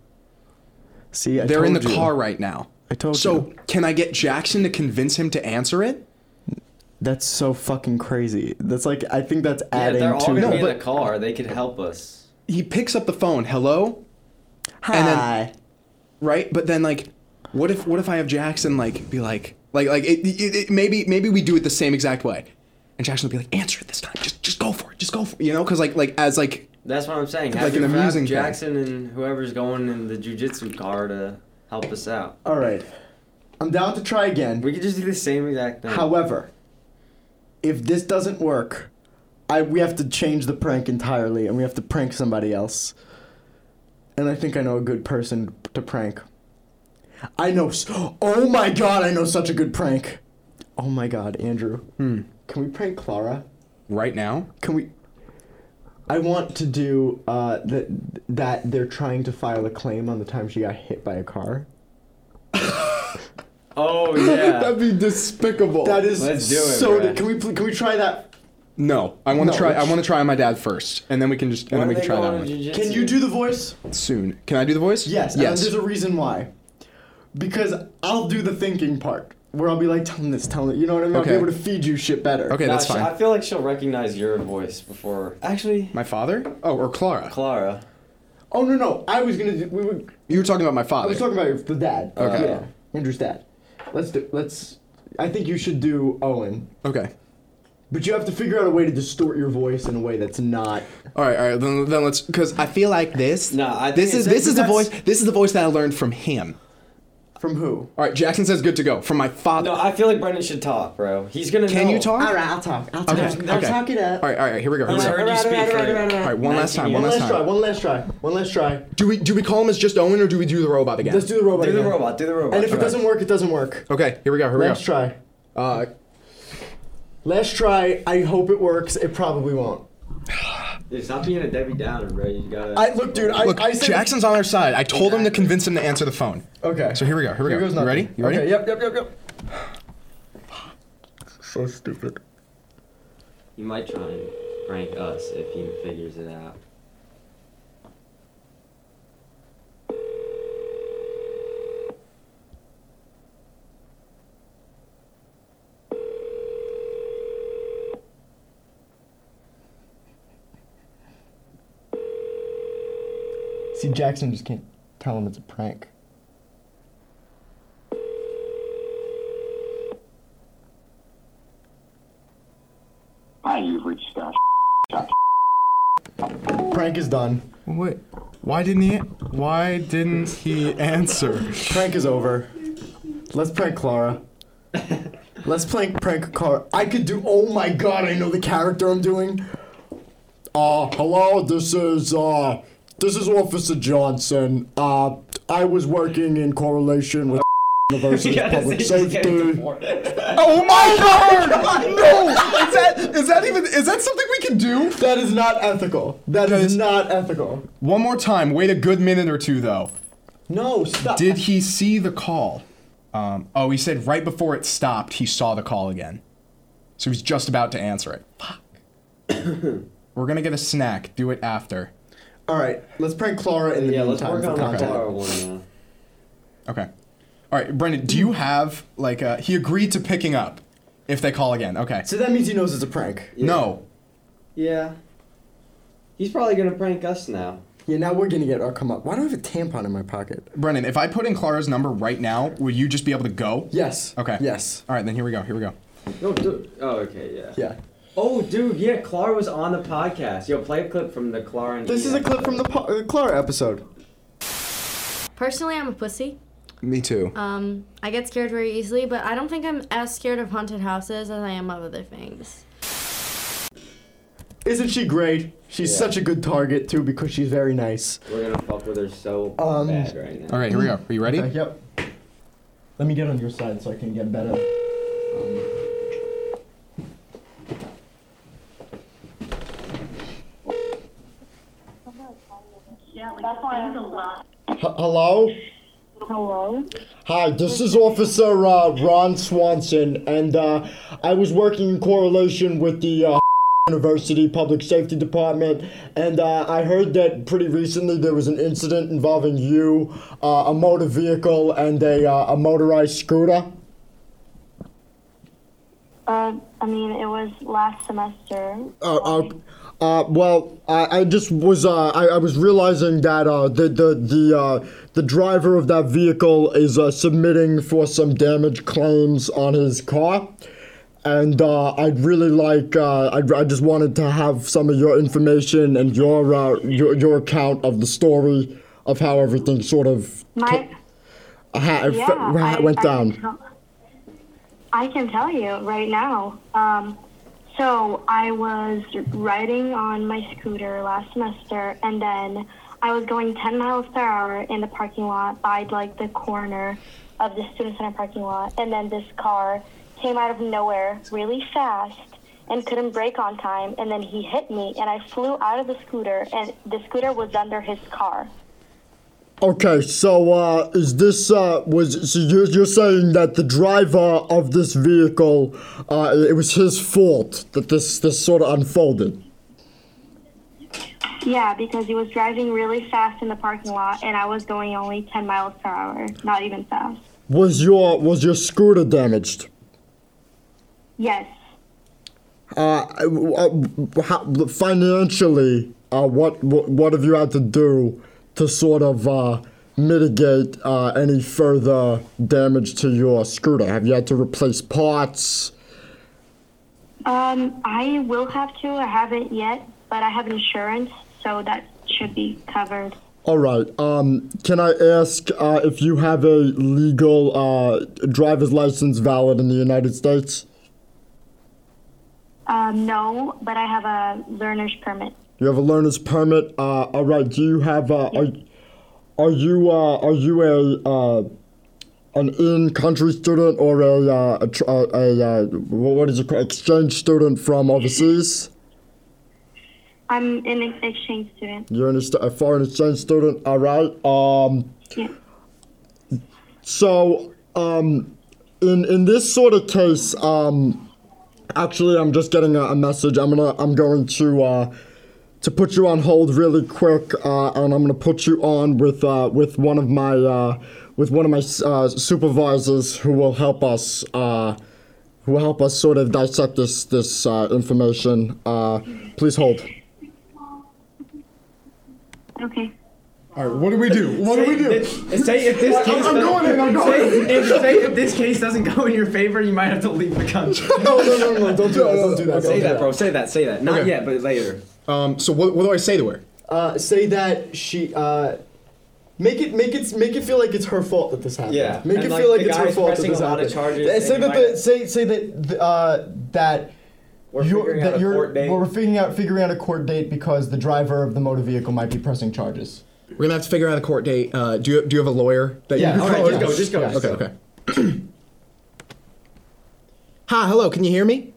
B: see, I
D: They're in the
B: told you.
D: car right now.
B: I told
D: so
B: you.
D: can I get Jackson to convince him to answer it?
B: That's so fucking crazy. That's like I think that's
F: Yeah,
B: adding
F: they're all
B: to.
F: gonna
D: No,
F: be in
D: but-
F: the car. They could help us.
D: He picks up the phone. Hello.
B: Hi.
D: and then- right? But then like, what if what if I have Jackson like be like like like it, it, it- maybe maybe we do it the same exact way, and Jackson will be like answer it this time, just just go for it, just go for it, you know? Because like like as like
F: That's what I'm saying.
D: Like
F: Have
D: an
F: like
D: amusing thing.
F: Jackson and whoever's going in the jujitsu car to help us out.
B: all right, I'm down to try again.
F: We could just do the same exact thing.
B: However, if this doesn't work, I we have to change the prank entirely, and we have to prank somebody else. And I think I know a good person to prank. I know. s- Oh my god, I know such a good prank. Oh my god, Andrew. Hmm. Can we prank Clara?
D: right now,
B: Can we? I want to do uh, that. That they're trying to file a claim on the time she got hit by a car.
F: oh yeah.
D: that'd be despicable.
B: That is
F: Let's do it,
B: so.
F: bruh.
B: Can we? pl- Can we try that
D: no. I want to
B: No,
D: try. I
B: let's-
D: want to try my dad first, and then we can just and
F: When
D: then we
F: are
D: can try
F: they
D: that
F: going
D: one
F: to jujitsu?
B: Can you do the voice?
D: soon. Can I do the voice?
B: Yes. And
D: Yes.
B: there's a reason why. Because I'll do the thinking part where I'll be like, tell him this, tell him. You know what I mean?
D: Okay.
B: I'll be able to feed you shit better.
D: okay,
F: Nah,
D: that's
F: she-
D: fine.
F: I feel like she'll recognize your voice before. Actually,
D: My father? Oh, or Clara?
F: Clara.
B: Oh no no! I was gonna. Do, we were.
D: you were talking about my
B: I
D: father.
B: was talking about your, the dad.
D: Okay.
B: Yeah. Andrew's dad. Let's do. Let's. I think you should do Owen,
D: okay.
B: but you have to figure out a way to distort your voice in a way that's not.
D: All right, all right. Then, then let's, because I feel like this.
F: No, I think
D: this is
F: it's-
D: this is the
F: that's-
D: voice. This is the voice that I learned from him.
B: From who?
D: All right, Jackson says good to go from my father.
F: No, I feel like Brendan should talk, bro. He's gonna.
D: Can
F: know.
D: you talk?
B: All right, I'll talk. I'll talk.
D: Okay.
B: I'll
D: okay.
B: talk it up.
D: All right, all right, here we go. Here we
F: He's
D: go.
F: heard you speak for.
D: All right, one last time. One
B: One
D: last
B: last try.
D: time.
B: One last try. One last try.
D: Do we do we call him as just Owen or do we do the robot again?
B: Let's do the robot.
F: Do the
B: again.
F: robot. Do the robot.
B: And if it
F: Okay.
B: doesn't work, it doesn't work.
D: Okay, here we go. Here we go.
B: Last try.
D: Uh,
B: Last try. I hope it works. It probably won't.
F: Dude, stop being a Debbie Downer, bro. You gotta.
B: I look, dude. I,
D: look,
B: I said,
D: Jackson's on our side. I told him to convince him to answer the phone.
B: Okay.
D: So here we go. Here we go.
B: goes
D: you
B: nothing.
D: ready? You ready?
B: Okay. Yep. Yep. Yep. Yep. So stupid.
F: You might try and prank us if he figures it out.
B: See, Jackson just can't tell him it's a prank.
E: Hi, you've reached Scott.
B: Prank is done.
D: Wait, why didn't he? Why didn't he answer?
B: Prank is over. Let's prank Clara. Let's prank prank Clara. I could do. Oh my god! I know the character I'm doing. Uh, hello. This is uh, this is Officer Johnson. Uh, I was working in correlation with University of Public Safety.
D: Oh my god! No! Is that is that even is that something we can do?
B: That is not ethical. that is not ethical.
D: One more time. Wait a good minute or two though.
B: No, stop.
D: Did he see the call? Um, oh, he said right before it stopped, he saw the call again. So he's just about to answer it. Fuck. We're gonna get a snack. Do it after.
B: All right, let's prank Clara in the
F: Yeah, let's
B: meantime.
F: work
B: for
F: on the
B: content.
F: car one now.
D: Okay. All right, Brendan. Do you have like uh, he agreed to picking up if they call again? Okay.
B: So that means he knows it's a prank.
D: No.
F: Yeah. He's probably gonna prank us now.
B: Yeah, now we're gonna get our come up. Why do I have a tampon in my pocket?
D: Brendan, if I put in Clara's number right now, will you just be able to go?
B: Yes.
D: Okay.
B: Yes.
D: All right, then here we go. Here we go.
F: No, dude. Oh, okay, yeah.
B: Yeah.
F: Oh, dude, yeah. Clara was on the podcast. Yo, play a clip from the Clara. And
B: This is a
F: Ian
B: clip from the po- uh, Clara episode.
J: Personally, I'm a pussy.
D: Me too.
J: Um, I get scared very easily, but I don't think I'm as scared of haunted houses as I am of other things.
B: Isn't she great? She's
F: Yeah.
B: such a good target too because she's very nice.
F: episode. We're gonna fuck with her so
B: Um,
F: bad right now.
D: All right, here we go. Are you ready?
B: Uh, yep. Let me get on your side so I can get better. Hello.
H: Hello?
B: Hi, this is Officer uh, Ron Swanson, and uh, I was working in correlation with the uh, University Public Safety Department, and uh, I heard that pretty recently there was an incident involving you, uh, a motor vehicle, and a, uh, a motorized scooter.
K: Uh, I mean, it was last semester.
B: Uh, uh, uh, well, I, I just was uh, I, I was realizing that uh, the the the uh, the driver of that vehicle is uh, submitting for some damage claims on his car, and uh, I'd really like uh, I, I just wanted to have some of your information and your uh, your your account of the story of how everything sort of
K: My,
B: ha-
K: yeah,
B: ha- went
K: I, I,
B: down.
K: can tell- I can tell you right now. Um, so I was riding on my scooter last semester, and then I was going 10 miles per hour in the parking lot by like the corner of the student center parking lot, and then this car came out of nowhere really fast and couldn't brake on time, and then he hit me, and I flew out of the scooter, and the scooter was under his car.
B: Okay, so uh, is this uh, was so you're, you're saying that the driver of this vehicle, uh, it was his fault that this this sort of unfolded.
K: Yeah, because he was driving really fast in the parking lot, and I was going only 10 miles per hour, not even fast.
B: Was your was your scooter damaged?
K: Yes.
B: Uh, uh, how, financially, uh, what, what what have you had to do to sort of uh, mitigate uh, any further damage to your scooter? Have you had to replace parts?
K: Um, I will have to. I haven't yet, but I have insurance, so that should be covered.
B: All right. Um, can I ask uh, if you have a legal uh, driver's license valid in the United States?
K: Um, no, but I have a learner's permit.
B: You have a learner's permit. Uh, all right. Do you have a? Are, are you uh, are you a uh, an in-country student or a uh, a, tr- a, a uh, what is it called? exchange student from overseas?
K: I'm an exchange student.
B: You're an est- a foreign exchange student. All right. Um,
K: Yeah.
B: So, um, in in this sort of case, um, actually, I'm just getting a, a message. I'm gonna I'm going to uh, to put you on hold really quick, uh, and I'm gonna put you on with uh, with one of my uh, with one of my uh, supervisors who will help us. Uh, who will help us sort of dissect this this uh, information? Uh, please hold.
K: Okay.
D: All right, what do we do? What do we do?
L: Say if this case
D: I'm going in. I'm going
L: say,
D: in.
L: If, say if this case doesn't go in your favor, you might have to leave the country.
D: no, no, no, no! Don't do that! Don't do that!
L: Say
D: Don't do
L: that, bro. Say that. Say that. Not
D: Okay.
L: yet, but later.
D: Um, so what, what do I say to her?
B: Uh, say that she. Uh, Make it, make it, make it feel like it's her fault that this happened.
L: Yeah,
B: Make
L: and,
B: it
L: like,
B: feel like
L: the
B: it's her
L: guy's
B: fault that
L: pressing a
B: this
L: lot
B: happened.
L: of charges,
B: Th-
L: and
B: say
L: you
B: that,
L: might-
B: the, say, say that, th- uh, that. We're
L: figuring out a court date.
B: Well, we're figuring out figuring out a court date because the driver of the motor vehicle might be pressing charges.
D: We're gonna have to figure out a court date. Uh, do you do you have a lawyer? That
B: Yeah,
D: You
B: all right,
D: call?
B: just go,
L: just go, just
D: okay,
L: go.
D: okay. Hi, hello. Can you hear me?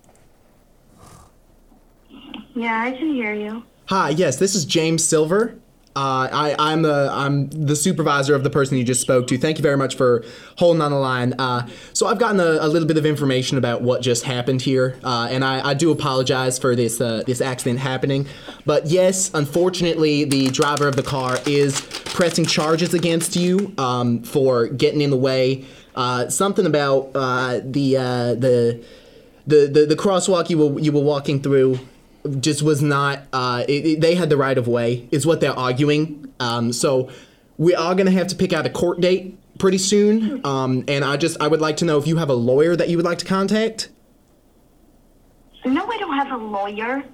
K: Yeah, I can hear you.
D: Hi, yes. This is James Silver. Uh, I, I'm the I'm the supervisor of the person you just spoke to. Thank you very much for holding on the line. Uh, so I've gotten a, a little bit of information about what just happened here, uh, and I, I do apologize for this uh, this accident happening. But yes, unfortunately, the driver of the car is pressing charges against you um, for getting in the way. Uh, something about uh, the uh, the the, the the crosswalk you were you were walking through just was not. Uh, it, it- they had the right of way, is what they're arguing. Um, so we are gonna have to pick out a court date pretty soon. Um, and I just I would like to know if you have a lawyer that you would like to contact.
K: No, I don't have a lawyer.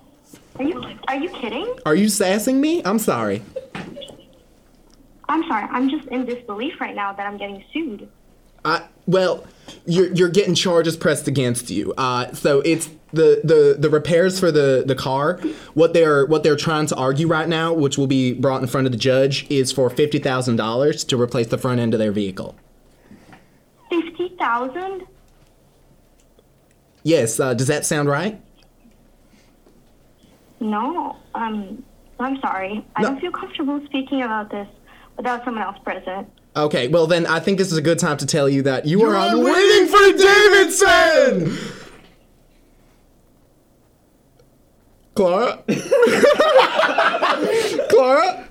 K: Are you are you kidding?
D: Are you sassing me? I'm sorry.
K: I'm sorry. I'm just in disbelief right now that I'm getting sued.
D: I, well, you're you're getting charges pressed against you. Uh, so it's the, the, the repairs for the, the car. What they're what they're trying to argue right now, which will be brought in front of the judge, is for fifty thousand dollars to replace the front end of their vehicle.
K: Fifty thousand?
D: Yes, uh, does that sound right?
K: No. Um, I'm sorry. I don't feel comfortable speaking about this without someone else present.
D: Okay, well then I think this is a good time to tell you that you are on waiting,
K: for
D: Davidson. Clara. Clara.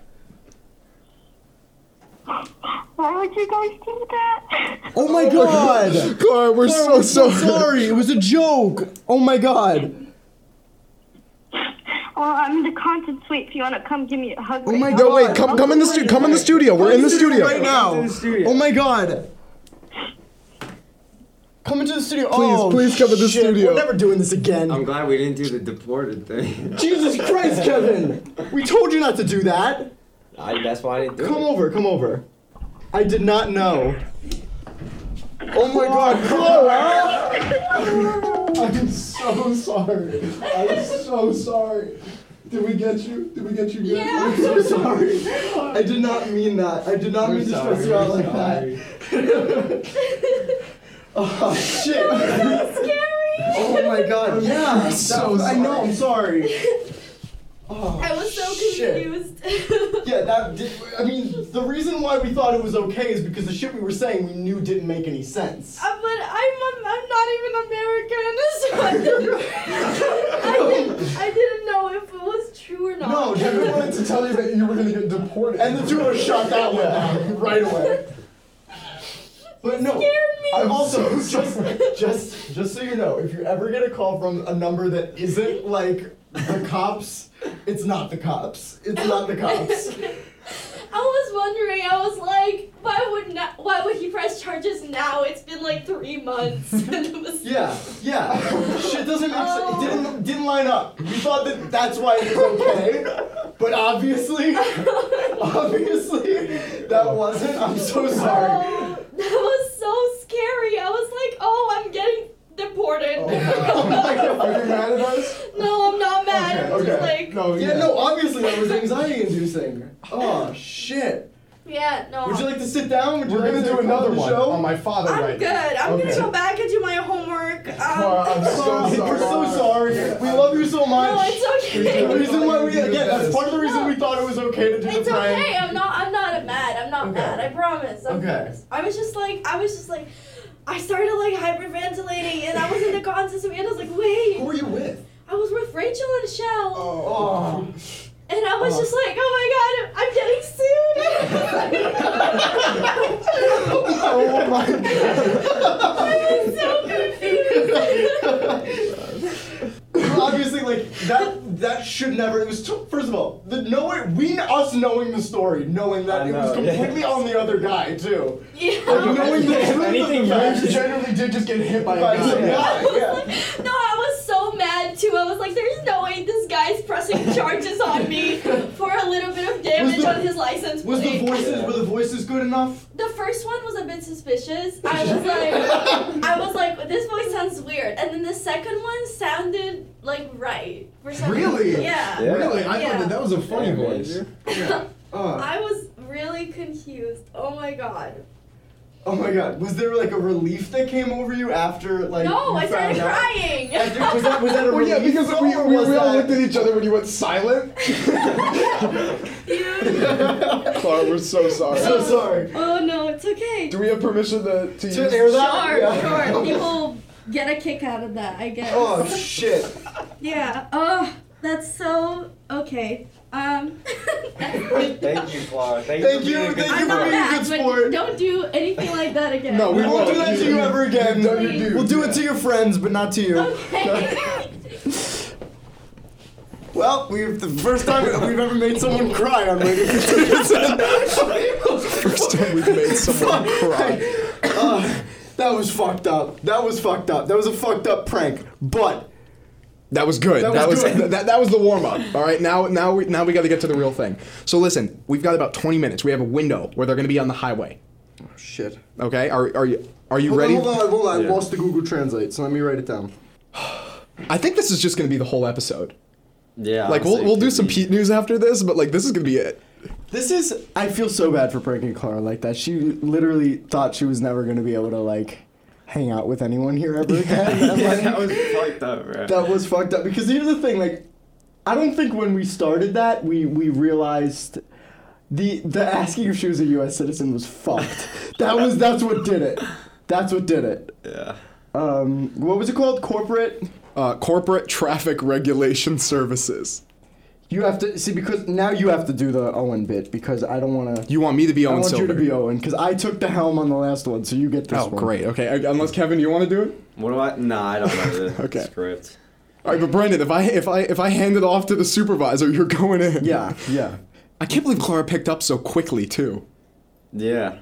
K: Why would you guys do that?
B: Oh my god!
D: Clara, we're
B: so sorry. It was a joke. Oh my god.
K: Well, I'm in the constant wait. If you wanna come give me a hug.
B: Oh
K: right
B: my
K: now.
B: god.
D: wait,
M: Uh,
D: come- come in the stu- come in the studio. We're
B: Come
D: in the studio.
B: right now.
D: Come into the studio.
B: Oh my god. Come into the studio.
D: Please,
B: oh,
D: please come in the
B: shit.
D: studio.
B: We're never doing this again.
F: I'm glad we didn't do the deported thing.
B: Jesus Christ, Kevin. We told you not to do that.
F: I, that's why I didn't do
B: Come over, come over. I did not know. Oh my god, Clara! I'm so sorry. I'm so sorry. Did we get you? Did we get you good?
D: Yeah.
B: I'm so sorry. I did not mean that. I did not
D: We're
B: mean to
D: sorry,
B: stress you out
D: we're
B: like that. oh shit. That so scary. Oh my god. Yeah.
D: I'm
B: that
D: so
B: was- I know,
D: sorry.
B: I'm sorry. Oh,
J: I was so
B: shit.
J: confused.
B: Yeah, that. Did, I mean, the reason why we thought it was okay is because the shit we were saying we knew didn't make any sense.
J: Uh, but I'm I'm I'm not even American, so I didn't, I, didn't, I didn't know if it was true or not.
B: No, Kevin Oh, wanted to tell you that you were gonna get deported, and the two of us shot that one down right away. But no, I also just just just so you know, if you ever get a call from a number that isn't like the cops, it's not the cops. It's not the cops.
M: I was wondering. I was like, why would not? Why would he press charges now? It's been like three months. and it was Oh.
B: Yeah, yeah. Shit doesn't make sense. It didn't, didn't line up. We thought that that's why it was okay, but obviously, obviously, that wasn't. I'm so sorry.
M: Oh, that was so scary. I was like, oh, I'm getting deported.
B: Are you mad at us?
M: no, I'm not mad. I'm just like,
B: no, Oh, yeah. no, obviously that was anxiety inducing. Oh, shit.
M: yeah, no.
B: Would you like to sit down? Would you
D: We're
B: like
D: gonna
B: to
D: do
B: come
D: another
B: on the
D: one
B: show?
D: on my father
M: I'm
D: right
M: good. I'm gonna
B: Okay.
M: go back and do my homework. Um,
B: I'm so sorry. We're so sorry. We love you so much.
M: No, it's okay.
B: The reason why we again that's part of the reason we thought it was okay to do
M: It's
B: the prank.
M: okay. I'm not. I'm not mad. I'm not mad. I promise. I
B: Okay.
M: promise. I was just like. I was just like. I started like hyperventilating, and I was in the constant and I was like, wait. Who
B: were you with?
M: I was with Rachel and Shell.
B: Oh.
M: And I was just like, oh my god, I'm getting sued.
B: oh my
M: I was so confused.
B: Obviously, like that that should never. It was t- first of all, the nowhere we us knowing the story, knowing that it was
N: know, yeah.
B: completely on the other guy too.
M: Yeah.
B: Like, knowing the
N: If
B: truth
N: anything,
B: of the fact,
N: you
B: he generally did just get hit by a
N: By a
B: guy.
N: guy.
B: Yeah, yeah.
M: No, I was so mad too. I was like, there's no way this guy's pressing charges on me for a little bit of damage
B: Was the-
M: on his license
B: Was the
M: plate.
B: voices were the voices good enough?
M: The first one was a bit suspicious. I was like, I was like, this voice sounds weird. And then the second one sounded like right for some
B: Really?
M: Yeah.
B: Really? I
M: yeah.
B: thought that that was a funny voice. Yeah. Uh,
M: I was really confused. Oh my god.
B: oh my god. Was there like a relief that came over you after like
M: no,
B: you
M: I started
B: found out?
M: crying.
B: After- was that was that a
D: Well,
B: relief?
D: yeah, because
B: though,
D: we,
B: or
D: we,
B: was
D: we all
B: that-
D: looked at each other when you went silent. Clara, we're so sorry.
B: So sorry.
M: Oh no, it's okay.
D: Do we have permission to, to, use
B: air that?
M: Sure,
B: Yeah.
M: sure. People get a kick out of that, I guess.
B: Oh shit.
M: Yeah. Oh, that's so okay. Um,
N: Thank you, Clara. Thank,
B: Thank
N: you.
B: you,
N: for being a
B: thank
N: good
B: you for
N: sport.
B: being a good sport.
M: don't do anything like that again.
B: No, Oh, we won't do that to you ever again.
M: dude.
B: We'll do it to your friends, but not to you. Well, we've the first time we've ever made someone cry on Radio First time we've made someone cry. that was fucked up. That was fucked up. That was a fucked up prank. But
D: That was good.
B: That
D: That,
B: was
D: was,
B: good.
D: That, that, was the warm up. All right, now now we now we got to get to the real thing. So listen, we've got about 20 minutes. We have a window where they're going to be on the highway.
B: shit.
D: Okay, are are you are you
B: hold
D: ready?
B: On, hold on, hold on. I lost the Google Translate, so let me write it down.
D: I think this is just going to be the whole episode.
F: Yeah.
D: like we'll we'll do some Pete news after this, but like this is going to be it.
B: This is. I feel so bad for pranking Clara like that. She literally thought she was never gonna be able to like hang out with anyone here ever again. I'm like,
O: was fucked up, bro.
B: that was fucked up. Because here's the thing, like, I don't think when we started that we we realized the the asking if she was a U.S. citizen was fucked. that was that's what did it. That's what did it.
F: Yeah.
B: Um, what was it called? Corporate.
D: Uh, corporate traffic regulation services.
B: You have to see because now you have to do the Owen bit because I don't want to.
D: You want me to be
B: I
D: Owen
B: want
D: Silver?
B: you to be Owen because I took the helm on the last one, so you get this
D: oh,
B: one.
D: great. Okay, I- unless Kevin, you want to do it?
F: What do I? Nah, I don't know the script.
D: All right, but Brandon, if I if I if I hand it off to the supervisor, you're going in.
B: Yeah, yeah.
D: I can't believe Clara picked up so quickly too.
F: Yeah.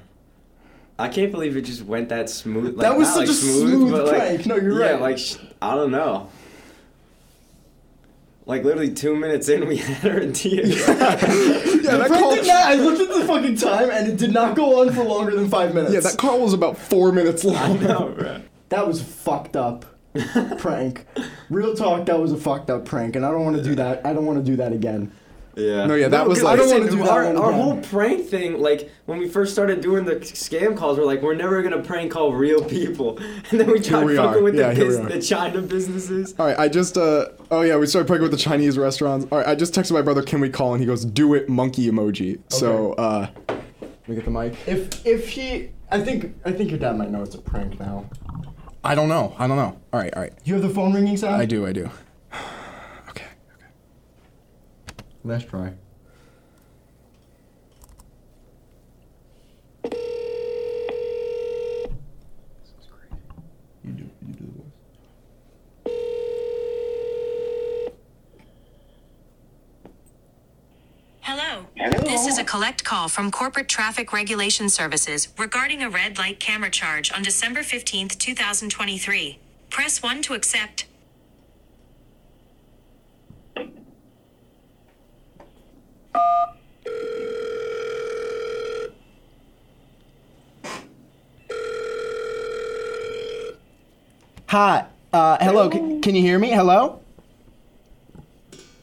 F: I can't believe it just went that smooth. Like,
B: That was
F: not,
B: such
F: like,
B: a
F: smooth,
B: smooth
F: but, like,
B: prank. No, you're
F: yeah,
B: right.
F: Like sh- I don't know. Like literally two minutes in, we had her in tears.
B: Yeah, that call. Did not, I looked at the fucking time and it did not go on for longer than five minutes.
D: Yeah, that call was about four minutes long.
B: That was fucked up prank. Real talk, that was a fucked up prank, and I don't want to do that. I don't want to do that again.
F: Yeah.
D: No, yeah, that was
F: 'cause
D: like-
F: I don't
D: Listen,
F: want to do
B: that
F: our,
B: one
F: our
B: again.
F: whole prank thing. Like when we first started doing the scam calls, we're like, we're never gonna prank call real people, and then we tried
D: we
F: fucking
D: are.
F: with
D: Yeah,
F: the,
D: here we
F: bus-
D: are.
F: the China businesses.
D: All right, I just uh oh yeah, we started playing with the Chinese restaurants. All right, I just texted my brother, can we call? And he goes, do it, monkey emoji. So uh, let me get the mic.
B: If if he, I think I think your dad might know it's a prank now.
D: I don't know. I don't know. All right, all right.
B: You have the phone ringing sound.
D: I do. I do.
B: Last try.
G: Hello. This is a collect call from Corporate Traffic Regulation Services regarding a red light camera charge on December 15th, 2023. Press 1 to accept.
N: Hi. Uh, hello. Can, can you hear me? Hello.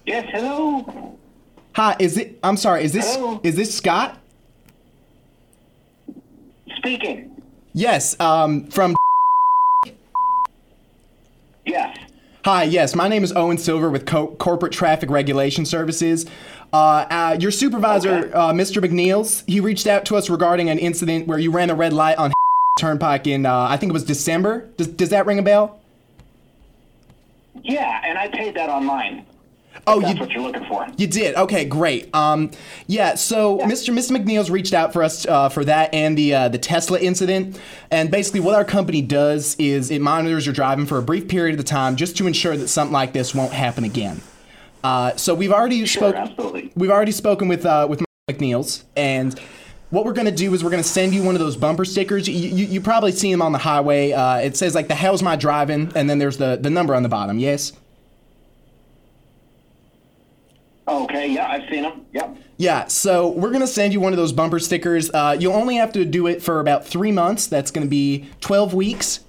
E: Yes, hello.
N: Hi. Is it? I'm sorry. Is this? Is this Scott?
E: Speaking.
N: Yes. Um. From.
E: Yes.
N: Hi. Yes. My name is Owen Silver with Co- Corporate Traffic Regulation Services. Uh, uh, your supervisor, uh, Mr. McNeils, he reached out to us regarding an incident where you ran a red light on Turnpike in, uh, I think it was December. Does, does that ring a bell?
E: Yeah, and I paid that online.
N: Oh,
E: That's
N: you-
E: what you're looking for.
N: You did. Okay, great. Um, yeah. So Mr. Mr. McNeil's reached out for us uh, for that and the uh, the Tesla incident. And basically, what our company does is it monitors your driving for a brief period of the time just to ensure that something like this won't happen again.
D: Uh, so we've already
E: Sure,
D: spoken. We've already spoken with uh, with Mike McNeils, and what we're gonna do is we're gonna send you one of those bumper stickers. You, you, you probably see them on the highway. Uh, it says like the hell's my driving, and then there's the the number on the bottom. Yes.
E: Okay, yeah, I've seen them. Yep.
D: Yeah, so we're gonna send you one of those bumper stickers. Uh, you'll only have to do it for about three months. That's gonna be 12 weeks.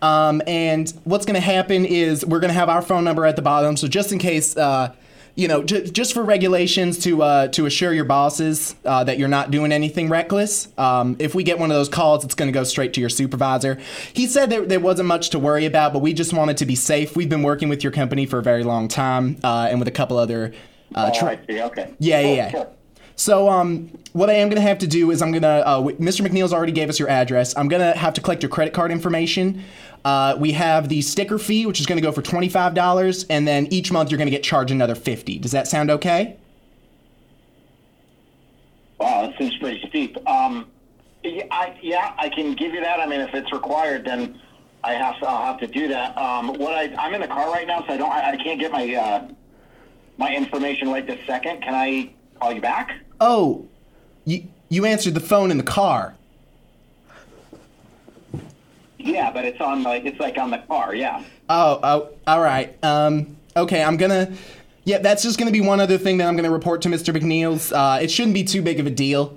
D: Um, and what's gonna happen is we're gonna have our phone number at the bottom. So just in case, uh, you know, j- just for regulations to uh, to assure your bosses uh, that you're not doing anything reckless. Um, if we get one of those calls, it's gonna go straight to your supervisor. He said there, there wasn't much to worry about, but we just wanted to be safe. We've been working with your company for a very long time, uh, and with a couple other. Uh,
E: oh,
D: tra-
E: I see. Okay.
D: yeah,
E: Cool,
D: yeah, yeah.
E: sure.
D: So, um, what I am gonna have to do is I'm gonna. Uh, w- Mr. McNeil's already gave us your address. I'm gonna have to collect your credit card information. Uh, we have the sticker fee, which is gonna go for twenty five dollars, and then each month you're gonna get charged another fifty. Does that sound okay?
E: Wow, that seems Oh, pretty steep. Um, yeah, I, yeah, I can give you that. I mean, if it's required, then I have to, I'll have to do that. Um, what I, I'm in the car right now, so I don't, I, I can't get my, uh, my information right this second. Can I call you back?
D: Oh, you you answered the phone in the car.
E: Yeah, but it's on like, it's like on the car. Yeah.
D: Oh, oh, all right. Um, okay, I'm gonna. Yeah, that's just gonna be one other thing that I'm gonna report to Mr. McNeil's. Uh, it shouldn't be too big of a deal,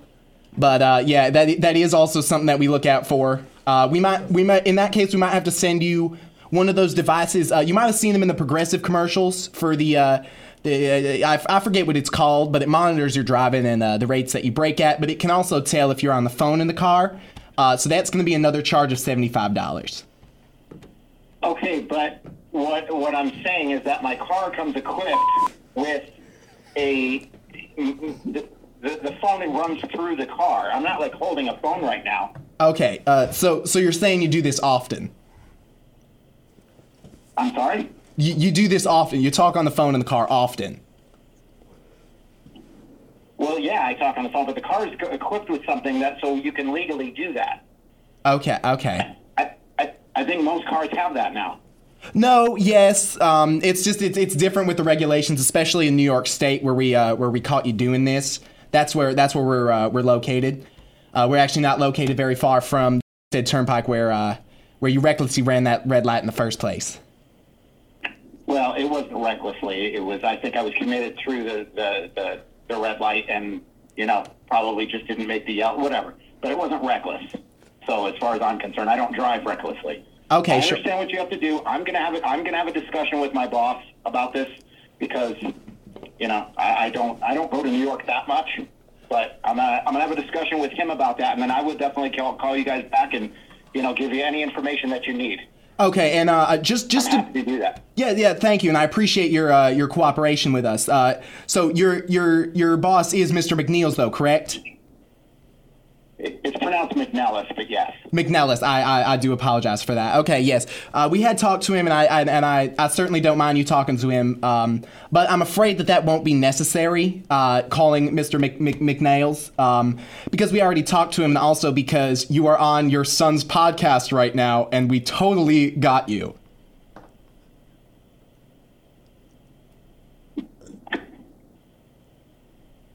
D: but uh, yeah, that that is also something that we look out for. Uh, we might we might in that case we might have to send you one of those devices. Uh, you might have seen them in the progressive commercials for the. Uh, the, uh, I, I forget what it's called, but it monitors your driving and uh, the rates that you brake at. But it can also tell if you're on the phone in the car. Uh, so that's going to be another charge of seventy-five dollars.
E: Okay, but what what I'm saying is that my car comes equipped with a the, the, the phone that runs through the car. I'm not like holding a phone right now.
D: Okay, uh, so so you're saying you do this often?
E: I'm sorry.
D: You, you do this often. You talk on the phone in the car often.
E: Well, yeah, I talk on the phone, but the car is co- equipped with something that so you can legally do that.
D: Okay, okay.
E: I think most cars have that now.
D: No, yes. Um, it's just it's, it's different with the regulations, especially in New York State, where we uh, where we caught you doing this. That's where that's where we're uh, we're located. Uh, we're actually not located very far from the Turnpike, where uh, where you recklessly ran that red light in the first place.
E: Well, it wasn't recklessly. It was I think I was committed through the the, the, the red light and you know probably just didn't make the yell whatever. But it wasn't reckless. So as far as I'm concerned, I don't drive recklessly.
D: Okay,
E: I
D: sure.
E: understand what you have to do. I'm gonna have a, I'm gonna have a discussion with my boss about this because you know I, I don't I don't go to New York that much, but I'm gonna I'm gonna have a discussion with him about that, and then I would definitely call, call you guys back and you know give you any information that you need.
D: Okay, and uh, just just to,
E: to do that.
D: Yeah, yeah. Thank you, and I appreciate your uh, your cooperation with us. Uh, so your your your boss is Mr. McNeil's, though, correct?
E: It, it's pronounced McNellis, but yes.
D: McNellis, I, I, I do apologize for that. Okay, yes, uh, we had talked to him, and I, I and I, I certainly don't mind you talking to him, um, but I'm afraid that that won't be necessary. Uh, calling Mr. Mc, Mc, McNails, um, because we already talked to him, and also because you are on your son's podcast right now, and we totally got you.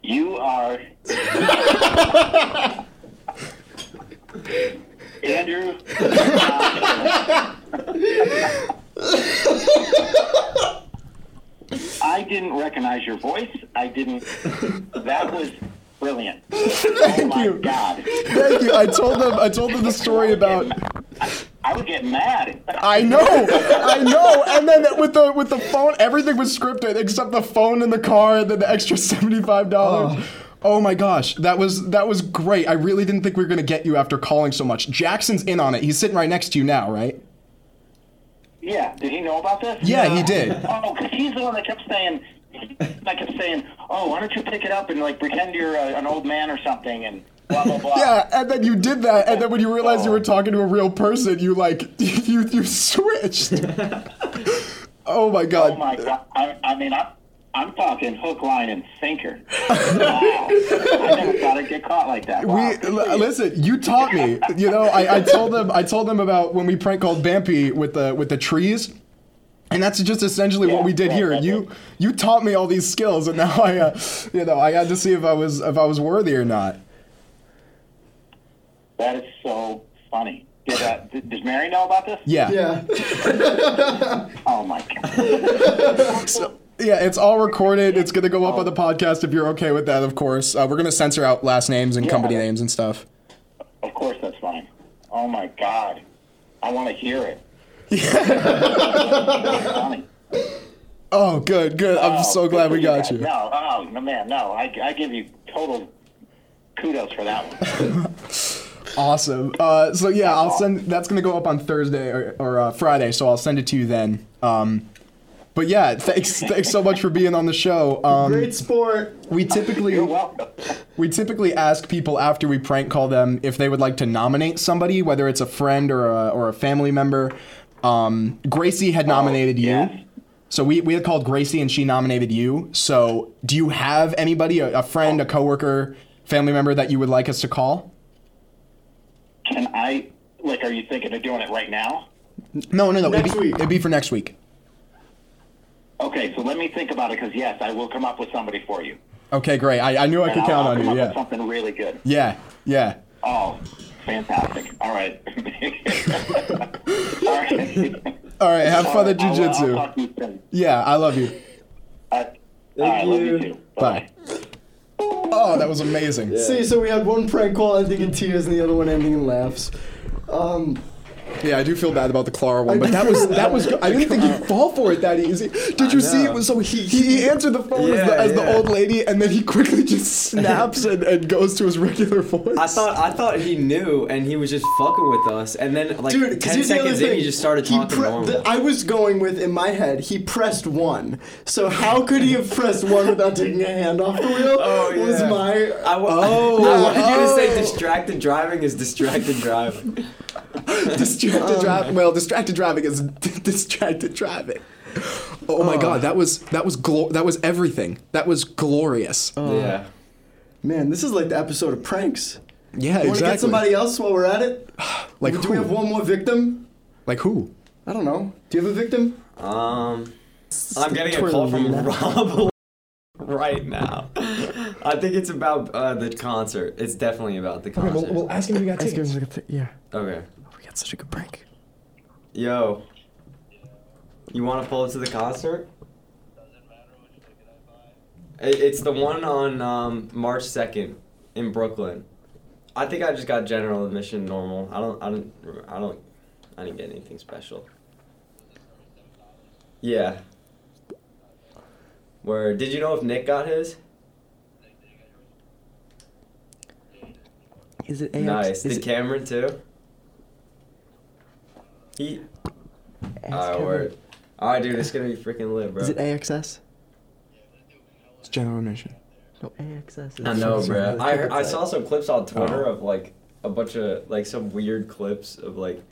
E: You are. Andrew. uh, I didn't recognize your voice. I didn't. That was brilliant. oh my God.
D: Thank you. I told them I told them the story about
E: I would get mad.
D: I know, I know. And then with the with the phone, everything was scripted except the phone in the car and then the extra seventy five dollars. Oh. my gosh, that was that was great. I really didn't think we were gonna get you after calling so much. Jackson's in on it. He's sitting right next to you now, right?
E: Yeah. Did he know about this?
D: Yeah, he did.
E: Oh, because he's the one that kept saying. I kept saying, "Oh, why don't you pick it up and like pretend you're uh, an old man or something?" And blah blah blah.
D: Yeah, and then you did that, and then when you realized you were talking to a real person, you like you you switched. oh my god.
E: Oh my god! I, I mean, I'm, I'm talking hook, line, and sinker. Wow. I never thought I'd get caught like that.
D: We l- listen. You taught me. You know, I, I told them. I told them about when we prank called Bampy with the with the trees, And that's just essentially what we did here. You you taught me all these skills, and now I, uh, you know, I had to see if I was if I was worthy or not.
E: That is so funny. Did, uh, d- does Mary know about this?
D: Yeah.
B: Yeah.
E: oh my god.
D: So, yeah, it's all recorded. It's gonna go up on the podcast if you're okay with that. Of course, uh, we're gonna censor out last names and company names and stuff.
E: Of course, that's fine. Oh my god. I want to hear it.
D: Oh, good, good. I'm so glad we got you.
E: Oh, No, oh no, man, no. I, I give you total kudos for that one.
D: Awesome. Uh, so yeah, I'll send. That's gonna go up on Thursday or, or uh, Friday, so I'll send it to you then. Um, but yeah, thanks, thanks so much for being on the show. Um,
B: Great sport.
D: We typically we typically ask people after we prank call them if they would like to nominate somebody, whether it's a friend or a, or a family member. Um, Gracie had nominated you, so we we had called Gracie and she nominated you. So do you have anybody, a, a friend, a coworker, family member that you would like us to call?
E: Can I? Like, are you thinking of doing it right now?
D: No, no, no. it'd, be, it'd be for next week.
E: Okay, so let me think about it because yes, I will come up with somebody for you.
D: Okay, great. I, I knew I
E: And
D: could
E: I'll-
D: count
E: I'll
D: on
E: come
D: you.
E: up with
D: Yeah.
E: Something really good.
D: Yeah. Yeah.
E: Oh, fantastic! All right.
D: All right. Have fun at
E: All right, I'll- I'll
D: jujitsu.
E: talk to you soon.
D: Yeah, I love you.
E: Thank
B: love
E: you. too.
D: Bye. Oh, that was amazing.
B: See, so we had one prank call ending in tears and the other one ending in laughs. Um,
D: Yeah, I do feel bad about the Clara one, but that was that was. Good. I didn't think you'd fall for it that easy. Did you see it was so he he he answered the phone as, the,
F: Yeah,
D: as the
F: yeah.
D: old lady, and then he quickly just snaps and, and goes to his regular voice.
F: I thought I thought he knew, and he was just fucking with us. And then like
B: Dude, 'cause
F: ten
B: here's the other
F: seconds in,
B: thing.
F: he just started
B: He
F: talking
B: pre-
F: normal.
B: the- I was going with in my head. He pressed one. So how could he have pressed one without taking a hand off the wheel? Oh Was
F: yeah.
B: my Oh,
F: I wa- I wanted you to say distracted driving is distracted driving.
B: Oh.
D: distracted driving. Well, distracted driving is distracted driving. Oh my god, that was that was glo- that was everything. That was glorious.
B: Yeah. Man, this is like the episode of pranks.
D: Yeah,
B: Want to
D: exactly.
B: get somebody else while we're at it?
D: Like
B: do
D: who?
B: we have one more victim?
D: Like who?
B: I don't know. Do you have a victim?
F: Um, I'm getting a call from Rob right now. I think it's about uh, the concert. It's definitely about the concert.
D: ask him if we got
B: tickets. yeah.
F: Okay.
B: We got such a good prank.
F: Yo. You want to pull up to the concert? It- It's the one on um, March second in Brooklyn. I think I just got general admission normal. I don't. I don't. I don't. I didn't get anything special. Yeah. Where did you know if Nick got his?
P: Is it AX?
F: Nice.
P: Is
F: Did
P: it-
F: Cameron too? He. Alright,
P: Cameron.
F: word. Alright, dude, it's gonna be freaking lit, bro.
P: Is it AXS?
D: It's general admission.
P: No, AXS. is-
F: I know, bro. I heard, I saw some clips on Twitter of like a bunch of like some weird clips of like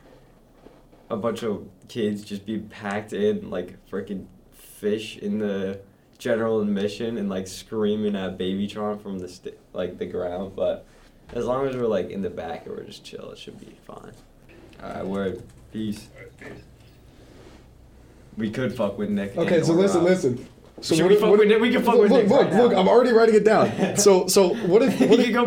F: a bunch of kids just being packed in like freaking fish in the general admission and like screaming at Babytron from the st- like the ground. But as long as we're like in the back and we're just chill, it should be fine. All right, word. Peace. We could fuck with Nick.
D: Okay,
F: and
D: so
F: or
D: listen,
F: Rob.
D: listen. So
F: Should
D: what
F: we
D: if-
F: fuck
D: what
F: with
D: if-
F: Nick? We can fuck
D: look,
F: with
D: look,
F: Nick
D: Look,
F: right now.
D: look, I'm already writing it down. So, so what if? What if
F: go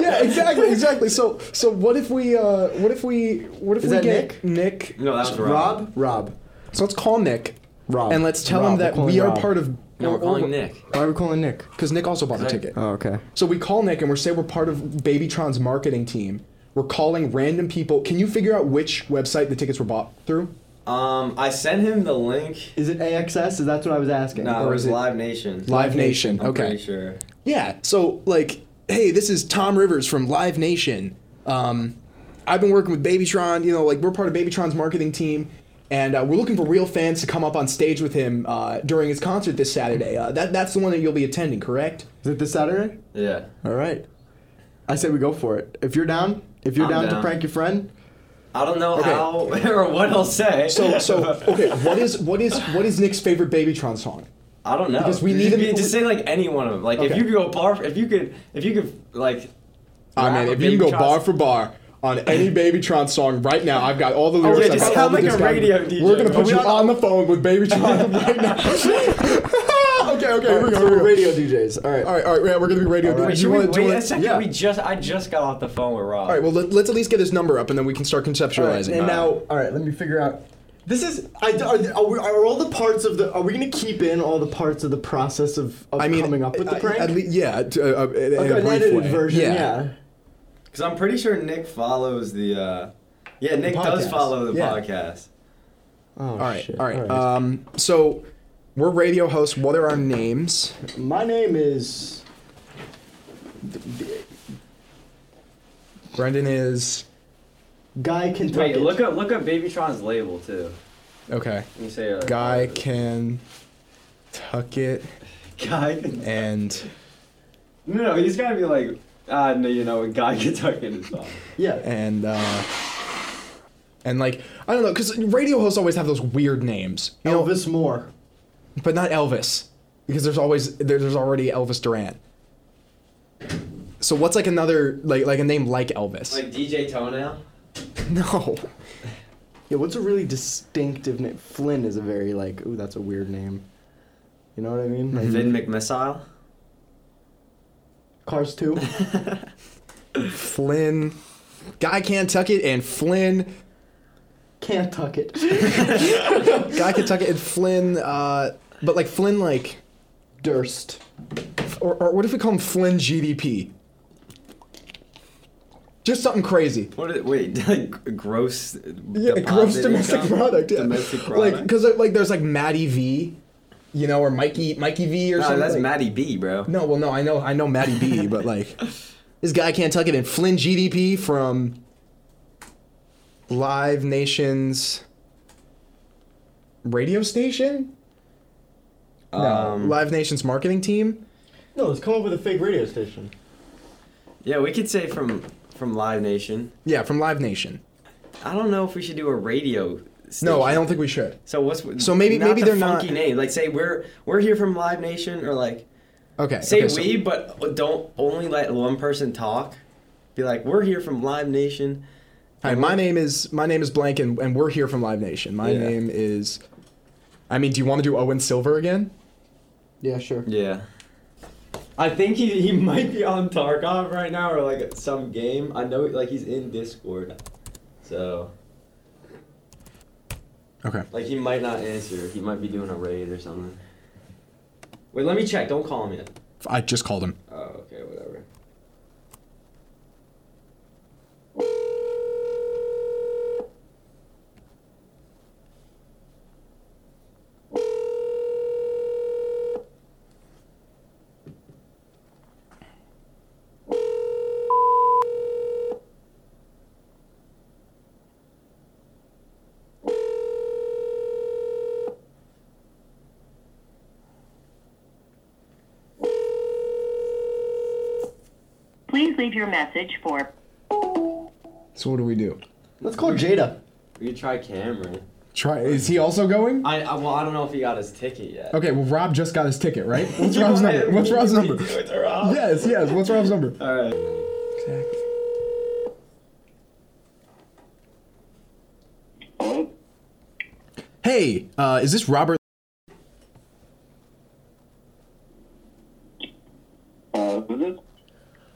D: yeah, exactly, exactly. So, so what if we? Uh, what if we? What if
B: Is
D: we
B: that
D: get Nick? Nick?
F: No, that was Rob.
B: Rob. Rob.
D: So let's call Nick.
B: Rob.
D: And let's tell
B: Rob,
D: him
B: we're
D: that
B: calling
D: we are
B: Rob.
D: part of.
F: No, we're calling Nick.
B: Why are we calling Nick?
D: Because Nick also bought the
F: Cause I-
D: ticket.
B: Oh, okay.
D: So we call Nick and we are say we're part of Babytron's marketing team. We're calling random people. Can you figure out which website the tickets were bought through?
F: Um, I sent him the link.
B: Is it AXS? Is that's what I was asking?
F: No,
D: Or
F: it
D: is
F: was
D: it-
F: Live Nation.
D: Live Nation,
F: I'm
D: okay.
F: Pretty sure.
D: Yeah. So like, hey, this is Tom Rivers from Live Nation. Um, I've been working with Babytron. You know, like we're part of Babytron's marketing team, and uh, we're looking for real fans to come up on stage with him uh, during his concert this Saturday. Uh, that that's the one that you'll be attending, correct?
B: Is it this Saturday?
F: Yeah.
B: All right. I say we go for it. If you're down, if you're
F: I'm
B: down, to
F: down.
B: prank your friend,
F: I don't know
D: Okay.
F: how or what I'll say.
D: So so okay, what is what is what is Nick's favorite Babytron song?
F: I don't know.
D: Because we
F: Just
D: need
F: be-
D: him-
F: just say like any one of them. Like if
D: Okay.
F: you could go barf, if you could, if you could like.
D: I
F: rap
D: mean,
F: a
D: if you can go
F: Babytron-
D: bar for bar, on any Babytron song right now. I've got all the
Q: Oh,
D: lyrics.
L: Okay, just
D: I've got all
L: sound
D: the
L: like a
D: discography.
L: radio DJ.
D: We're gonna
L: Are
D: put
L: we
D: you
L: on-
D: on the phone with Babytron right now. okay, okay, here we go.
Q: so
D: here we
Q: we're
D: go.
Q: radio DJs. All right,
D: all right, all right. Yeah, we're gonna be radio
F: Wait,
D: DJs.
F: should
D: You
F: we
D: wanna- do you
F: wait a
D: wanna-
F: second?
D: Yeah.
F: We just I just got off the phone with
D: All
F: Rob.
D: right, well let, us at least get his number up, and then we can start
Q: All right,
D: conceptualizing. Uh,
Q: and now, all right, let me figure out. This is. I, are, are, we, are all the parts of the? Are we going to keep in all the parts of the process of, of
D: I mean,
Q: coming up with the
D: I-
Q: prank?
D: At least, yeah, t- uh, uh, in a
Q: Like an
D: brief
Q: edited
D: way.
Q: version. Yeah.
F: Because I'm pretty sure Nick follows the. Uh, yeah, Nick
Q: podcast.
F: does follow the
D: Yeah.
F: podcast.
Q: all
D: right,
Q: Oh, shit.
D: all right.
Q: All right.
D: Um, so we're radio hosts. What are our names?
Q: My name is.
D: Brendan is
Q: Guy
F: Wait,
Q: Kentucky.
F: look up look up Babytron's label too.
D: okay.
F: Let me say uh,
D: Guy can tuck it
F: Guy. Can,
D: and
F: no, no, he's gotta be like. Ah, no, you know, Guy Kentucky is on.
Q: Yeah.
D: and uh, and like I don't know, because radio hosts always have those weird names, you know,
Q: Elvis Moore.
D: but not Elvis, because there's always there, there's already Elvis Durant. So what's like another like like a name like Elvis?
F: Like DJ Toenail.
D: no.
Q: Yeah. What's a really distinctive name? Flynn is a very like. Ooh, that's a weird name. You know what I mean? Like,
F: Vin McMissile.
Q: Cars Two.
D: Flynn. Guy can't tuck it and Flynn.
Q: Can't tuck it.
D: Guy can tuck it and Flynn. Uh, but like Flynn, like,
Q: Durst.
D: or, or what if we call him Flynn GDP? Just something crazy.
F: What is, wait, like gross.
D: Yeah,
F: deposit
D: gross domestic
F: income?
D: product. Yeah.
F: Domestic
D: Like,
F: product.
D: because like there's like Maddie V, you know, or Mikey Mikey V or
F: no,
D: something.
F: that's
D: like-
F: Maddie B, bro.
D: No, well, no, I know I know Maddie B, but like, this guy can't tuck it in. Flynn GDP from Live Nation's radio station.
F: Um,
D: Live Nation's marketing team.
Q: No, let's come up with a fake radio station.
F: Yeah, we could say from from Live Nation.
D: Yeah, from Live Nation.
F: I don't know if we should do a radio. Station.
D: No, I don't think we should.
F: So what's
D: So maybe-
F: not
D: maybe
F: the
D: they're not-
F: funky name? Like say we're we're here from Live Nation or like
D: Okay.
F: say
D: okay, so-
F: we but don't only let one person talk. Be like we're here from Live Nation.
D: Hi, my name is my name is blank, and, and we're here from Live Nation. My
F: Yeah.
D: name is. I mean, do you want to do Owen Silver again?
Q: Yeah, sure.
F: Yeah. I think he, he might be on Tarkov right now or like some game. I know like he's in Discord. So
D: Okay.
F: like he might not answer. He might be doing a raid or something. Wait, let me check. Don't call him yet.
D: I just called him.
F: Oh, okay, whatever.
I: Please leave your message for
D: So what do we do?
Q: Let's call Jada.
F: We could try Cameron.
D: Try. Is he also going?
F: I, I well, I don't know if he got his ticket yet.
D: Okay. Well, Rob just got his ticket, right? What's Rob's number? What's Rob's number? Yes. Yes. What's Rob's number?
F: All right.
D: Exactly. Hey, uh, is this Robert?
E: Uh,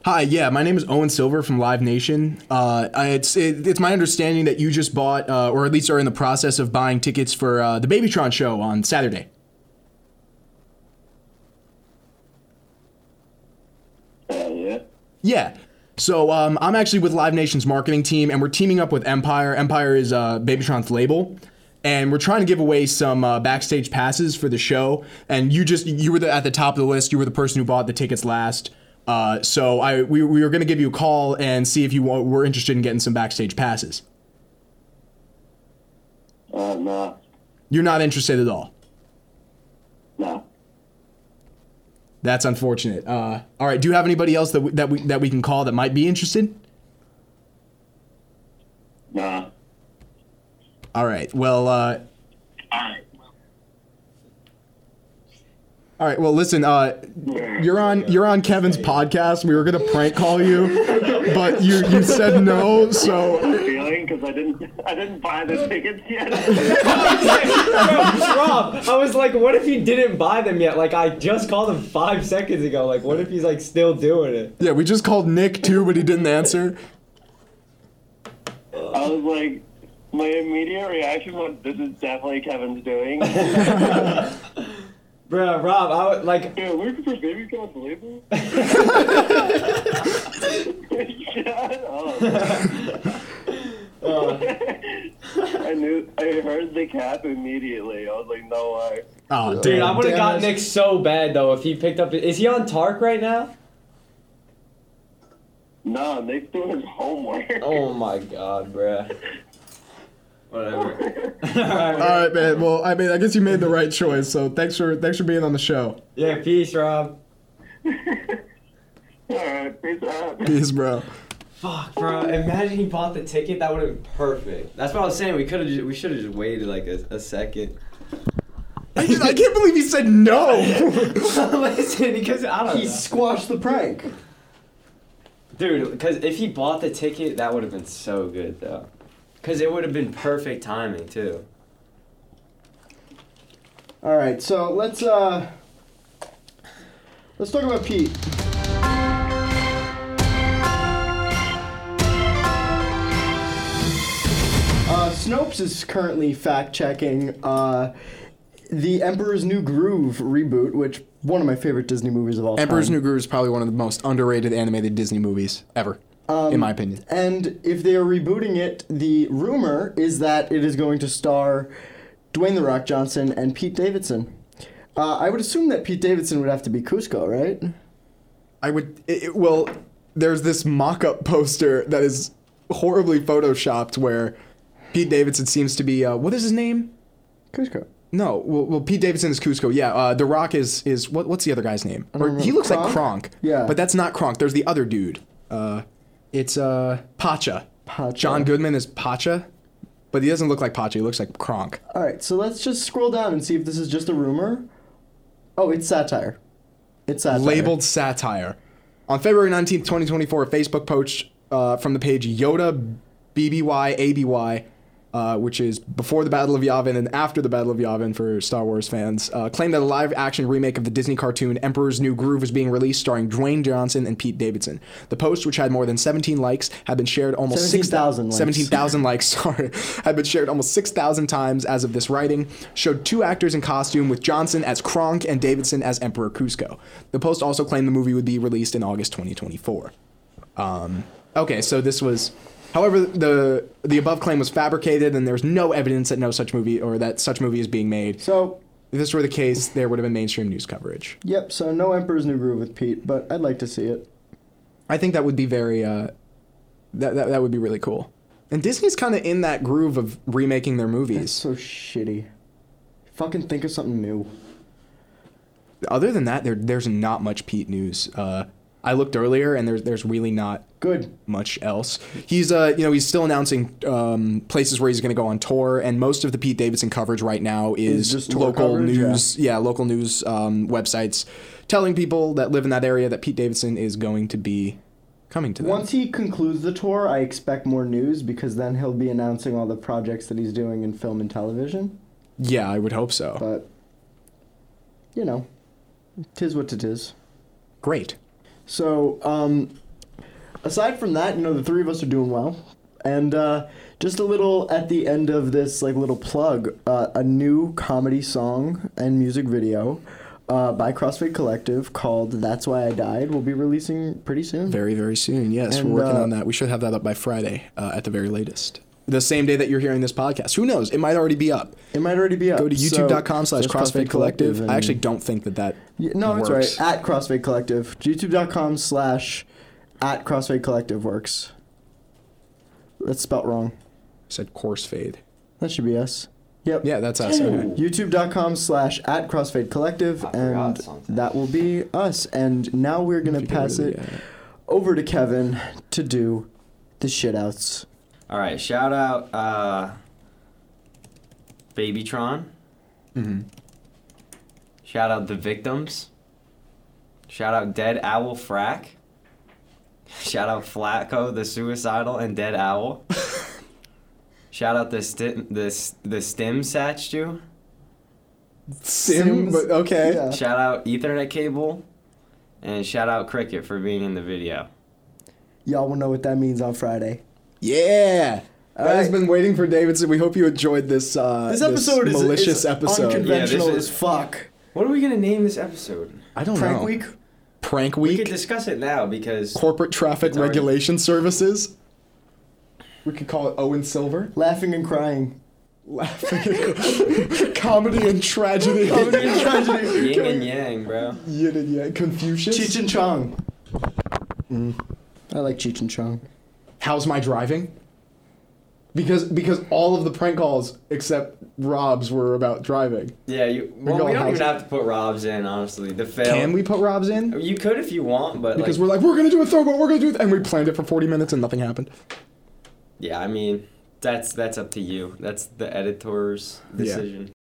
D: Hi, yeah, my name is Owen Silver from Live Nation. Uh, I- it's it, it's my understanding that you just bought, uh, or at least are in the process of buying tickets for uh, the Babytron show on Saturday.
E: Uh,
D: Yeah. So um, I'm actually with Live Nation's marketing team, and we're teaming up with Empire. Empire is uh, Babytron's label, and we're trying to give away some uh, backstage passes for the show. And you just you were the, at the top of the list. You were the person who bought the tickets last. Uh, so I we, we were going to give you a call and see if you wa- were interested in getting some backstage passes.
E: Uh, no,
D: You're not interested at all.
E: no.
D: That's unfortunate. Uh, all right. Do you have anybody else that we, that we that we can call that might be interested?
E: Nah.
D: All right. Well. Uh, All right. Well, listen. Uh, you're on. You're on Kevin's podcast. We were gonna prank call you, but you you said no. So
E: feeling because I didn't I didn't buy the tickets yet.
F: Rob, I was like, what if he didn't buy them yet? Like, I just called him five seconds ago. Like, what if he's like still doing it?
D: yeah, we just called Nick too, but he didn't answer.
E: I was like, my immediate reaction was, "This is definitely Kevin's doing."
F: Bruh, Rob, I would like.
E: Yeah, Lucas for baby can't believe it.
D: Oh.
E: I knew. I heard the cap immediately. I was like, "No way."
D: Oh,
F: Dude, I
D: damn,
F: would have
D: damn
F: got
D: it.
F: Nick so bad though if he picked up. Is he on Tark right now?
E: No, Nick's doing his homework.
F: Oh my god, bruh. Whatever.
D: All right, man. Well, I mean, I guess you made the right choice. So thanks for thanks for being on the show.
F: Yeah, peace, Rob.
E: All right, peace out.
D: Peace, bro.
F: Fuck, bro. Imagine he bought the ticket. That would have been perfect. That's what I was saying. We could have. We should have just waited like a, a second.
D: I, just- I can't believe he said no.
F: Listen, because I don't.
B: He
F: know.
B: squashed the prank.
F: Dude, because if he bought the ticket, that would have been so good, though. Because it would have been perfect timing, too.
B: All right, so let's uh, let's talk about Pete. Uh, Snopes is currently fact checking uh, the Emperor's New Groove reboot, which one of my favorite Disney movies of all
D: Emperor's
B: time.
D: New Groove is probably one of the most underrated animated Disney movies ever,
B: Um,
D: in my opinion.
B: And if they are rebooting it, the rumor is that it is going to star Dwayne The Rock Johnson and Pete Davidson. Uh, I would assume that Pete Davidson would have to be Cusco, right?
D: I would. It, it- well, there's this mock-up poster that is horribly photoshopped where Pete Davidson seems to be. Uh, what is his name?
B: Cusco.
D: No. Well, well Pete Davidson is Cusco. Yeah. Uh, the Rock is is what, what's the other guy's name? Or
B: don't know.
D: he looks like
B: Kronk?
D: Kronk.
B: Yeah.
D: But that's not Kronk. There's the other dude. Uh, it's uh Pacha.
B: Pacha.
D: John Goodman is Pacha, but he doesn't look like Pacha. He looks like Kronk.
B: All right, so let's just scroll down and see if this is just a rumor. Oh, it's satire. It's satire.
D: labeled satire. On February 19th, 2024, a Facebook post uh, from the page Yoda BBY ABY, uh, which is before the Battle of Yavin and after the Battle of Yavin for Star Wars fans, uh, claimed that a live action remake of the Disney cartoon Emperor's New Groove was being released starring Dwayne Johnson and Pete Davidson. The post, which had more than 17 likes, had been shared almost
B: 17,000
D: 6,000
B: likes.
D: 17,000 likes, sorry, had been shared almost 6,000 times as of this writing, showed two actors in costume with Johnson as Kronk and Davidson as Emperor Cusco. The Post also claimed the movie would be released in August 2024. Um, okay, so this was. However, the the above claim was fabricated, and there's no evidence that no such movie or that such movie is being made.
B: So,
D: if this were the case, there would have been mainstream news coverage.
B: Yep, so no Emperor's New Groove with Pete, but I'd like to see it.
D: I think that would be very uh, that, that that would be really cool. And Disney's kind of in that groove of remaking their movies.
B: so shitty. Fucking think of something new.
D: Other than that, there there's not much Pete news. Uh, I looked earlier, and there's there's really not
B: good
D: much else. He's uh you know he's still announcing um, places where he's going to go on tour, and most of the Pete Davidson coverage right now
B: Is
D: is
B: just tour
D: local
B: coverage, yeah.
D: news. Yeah, local news um, websites telling people that live in that area that Pete Davidson is going to be coming to them.
B: Once he concludes the tour, I expect more news because then he'll be announcing all the projects that he's doing in film and television.
D: Yeah, I would hope so.
B: But you know, tis what it is.
D: Great.
B: So, um, aside from that, you know, the three of us are doing well. And uh, just a little at the end of this, like little plug, uh, a new comedy song and music video uh, by CrossFit Collective called "That's Why I Died" will be releasing pretty soon.
D: Very, very soon. Yes,
B: And,
D: we're working
B: uh,
D: on that. We should have that up by Friday uh, at the very latest. The same day that you're hearing this podcast. Who knows? It might already be up.
B: It might already be up.
D: Go to
B: So,
D: youtube.com slash
B: just
D: CrossFit
B: CrossFit Collective
D: Collective.
B: and-
D: I actually don't think that that
B: Yeah, no,
D: works.
B: it's right. At CrossFit Collective, YouTube.com slash at CrossFit Collective works. That's spelt wrong.
D: said course fade.
B: That should be us. Yep.
D: Yeah, that's us. Okay.
B: YouTube.com slash at CrossFade Collective, and that will be us. And now we're going to pass it over to Kevin to do the shitouts.
F: All right, shout out uh, Babytron.
D: Mhm.
F: Shout out the victims. Shout out Dead Owl Frack. Shout out Flacco the Suicidal and Dead Owl. Shout out the sti- the s- the Stim Statue.
D: Sim, but okay.
F: Shout out Ethernet cable, and shout out Cricket for being in the video.
B: Y'all will know what that means on Friday.
D: Yeah. That has been waiting for Davidson. We hope you enjoyed this. Uh,
B: This episode is-
D: malicious
B: is
D: episode.
B: unconventional
F: Yeah, this is-
B: as fuck.
F: What are we gonna name this episode?
D: I don't know. Prank
F: We
D: week.
F: could discuss it now because
D: Corporate traffic
F: already-
D: regulation services. We could call it Owen Silver.
B: Laughing and crying.
D: Laughing. Comedy and tragedy.
B: Comedy and tragedy.
F: yin and yang, bro.
D: Yin and Yang. Confucius.
B: Cheech and Chong. Mm. I like Cheech and Chong.
D: How's my driving? Because because all of the prank calls except Rob's were about driving.
F: Yeah, you.
D: We
F: Well,
D: go
F: we don't
D: house-
F: even have to put Rob's in, honestly. The fail.
D: Can we put Rob's in?
F: You could if you want, but
D: Because
F: like,
D: we're like, we're gonna do a throwback, we're gonna do it, and we planned it for 40 minutes and nothing happened.
F: yeah, I mean, that's that's up to you. That's the editor's
D: Yeah.
F: decision.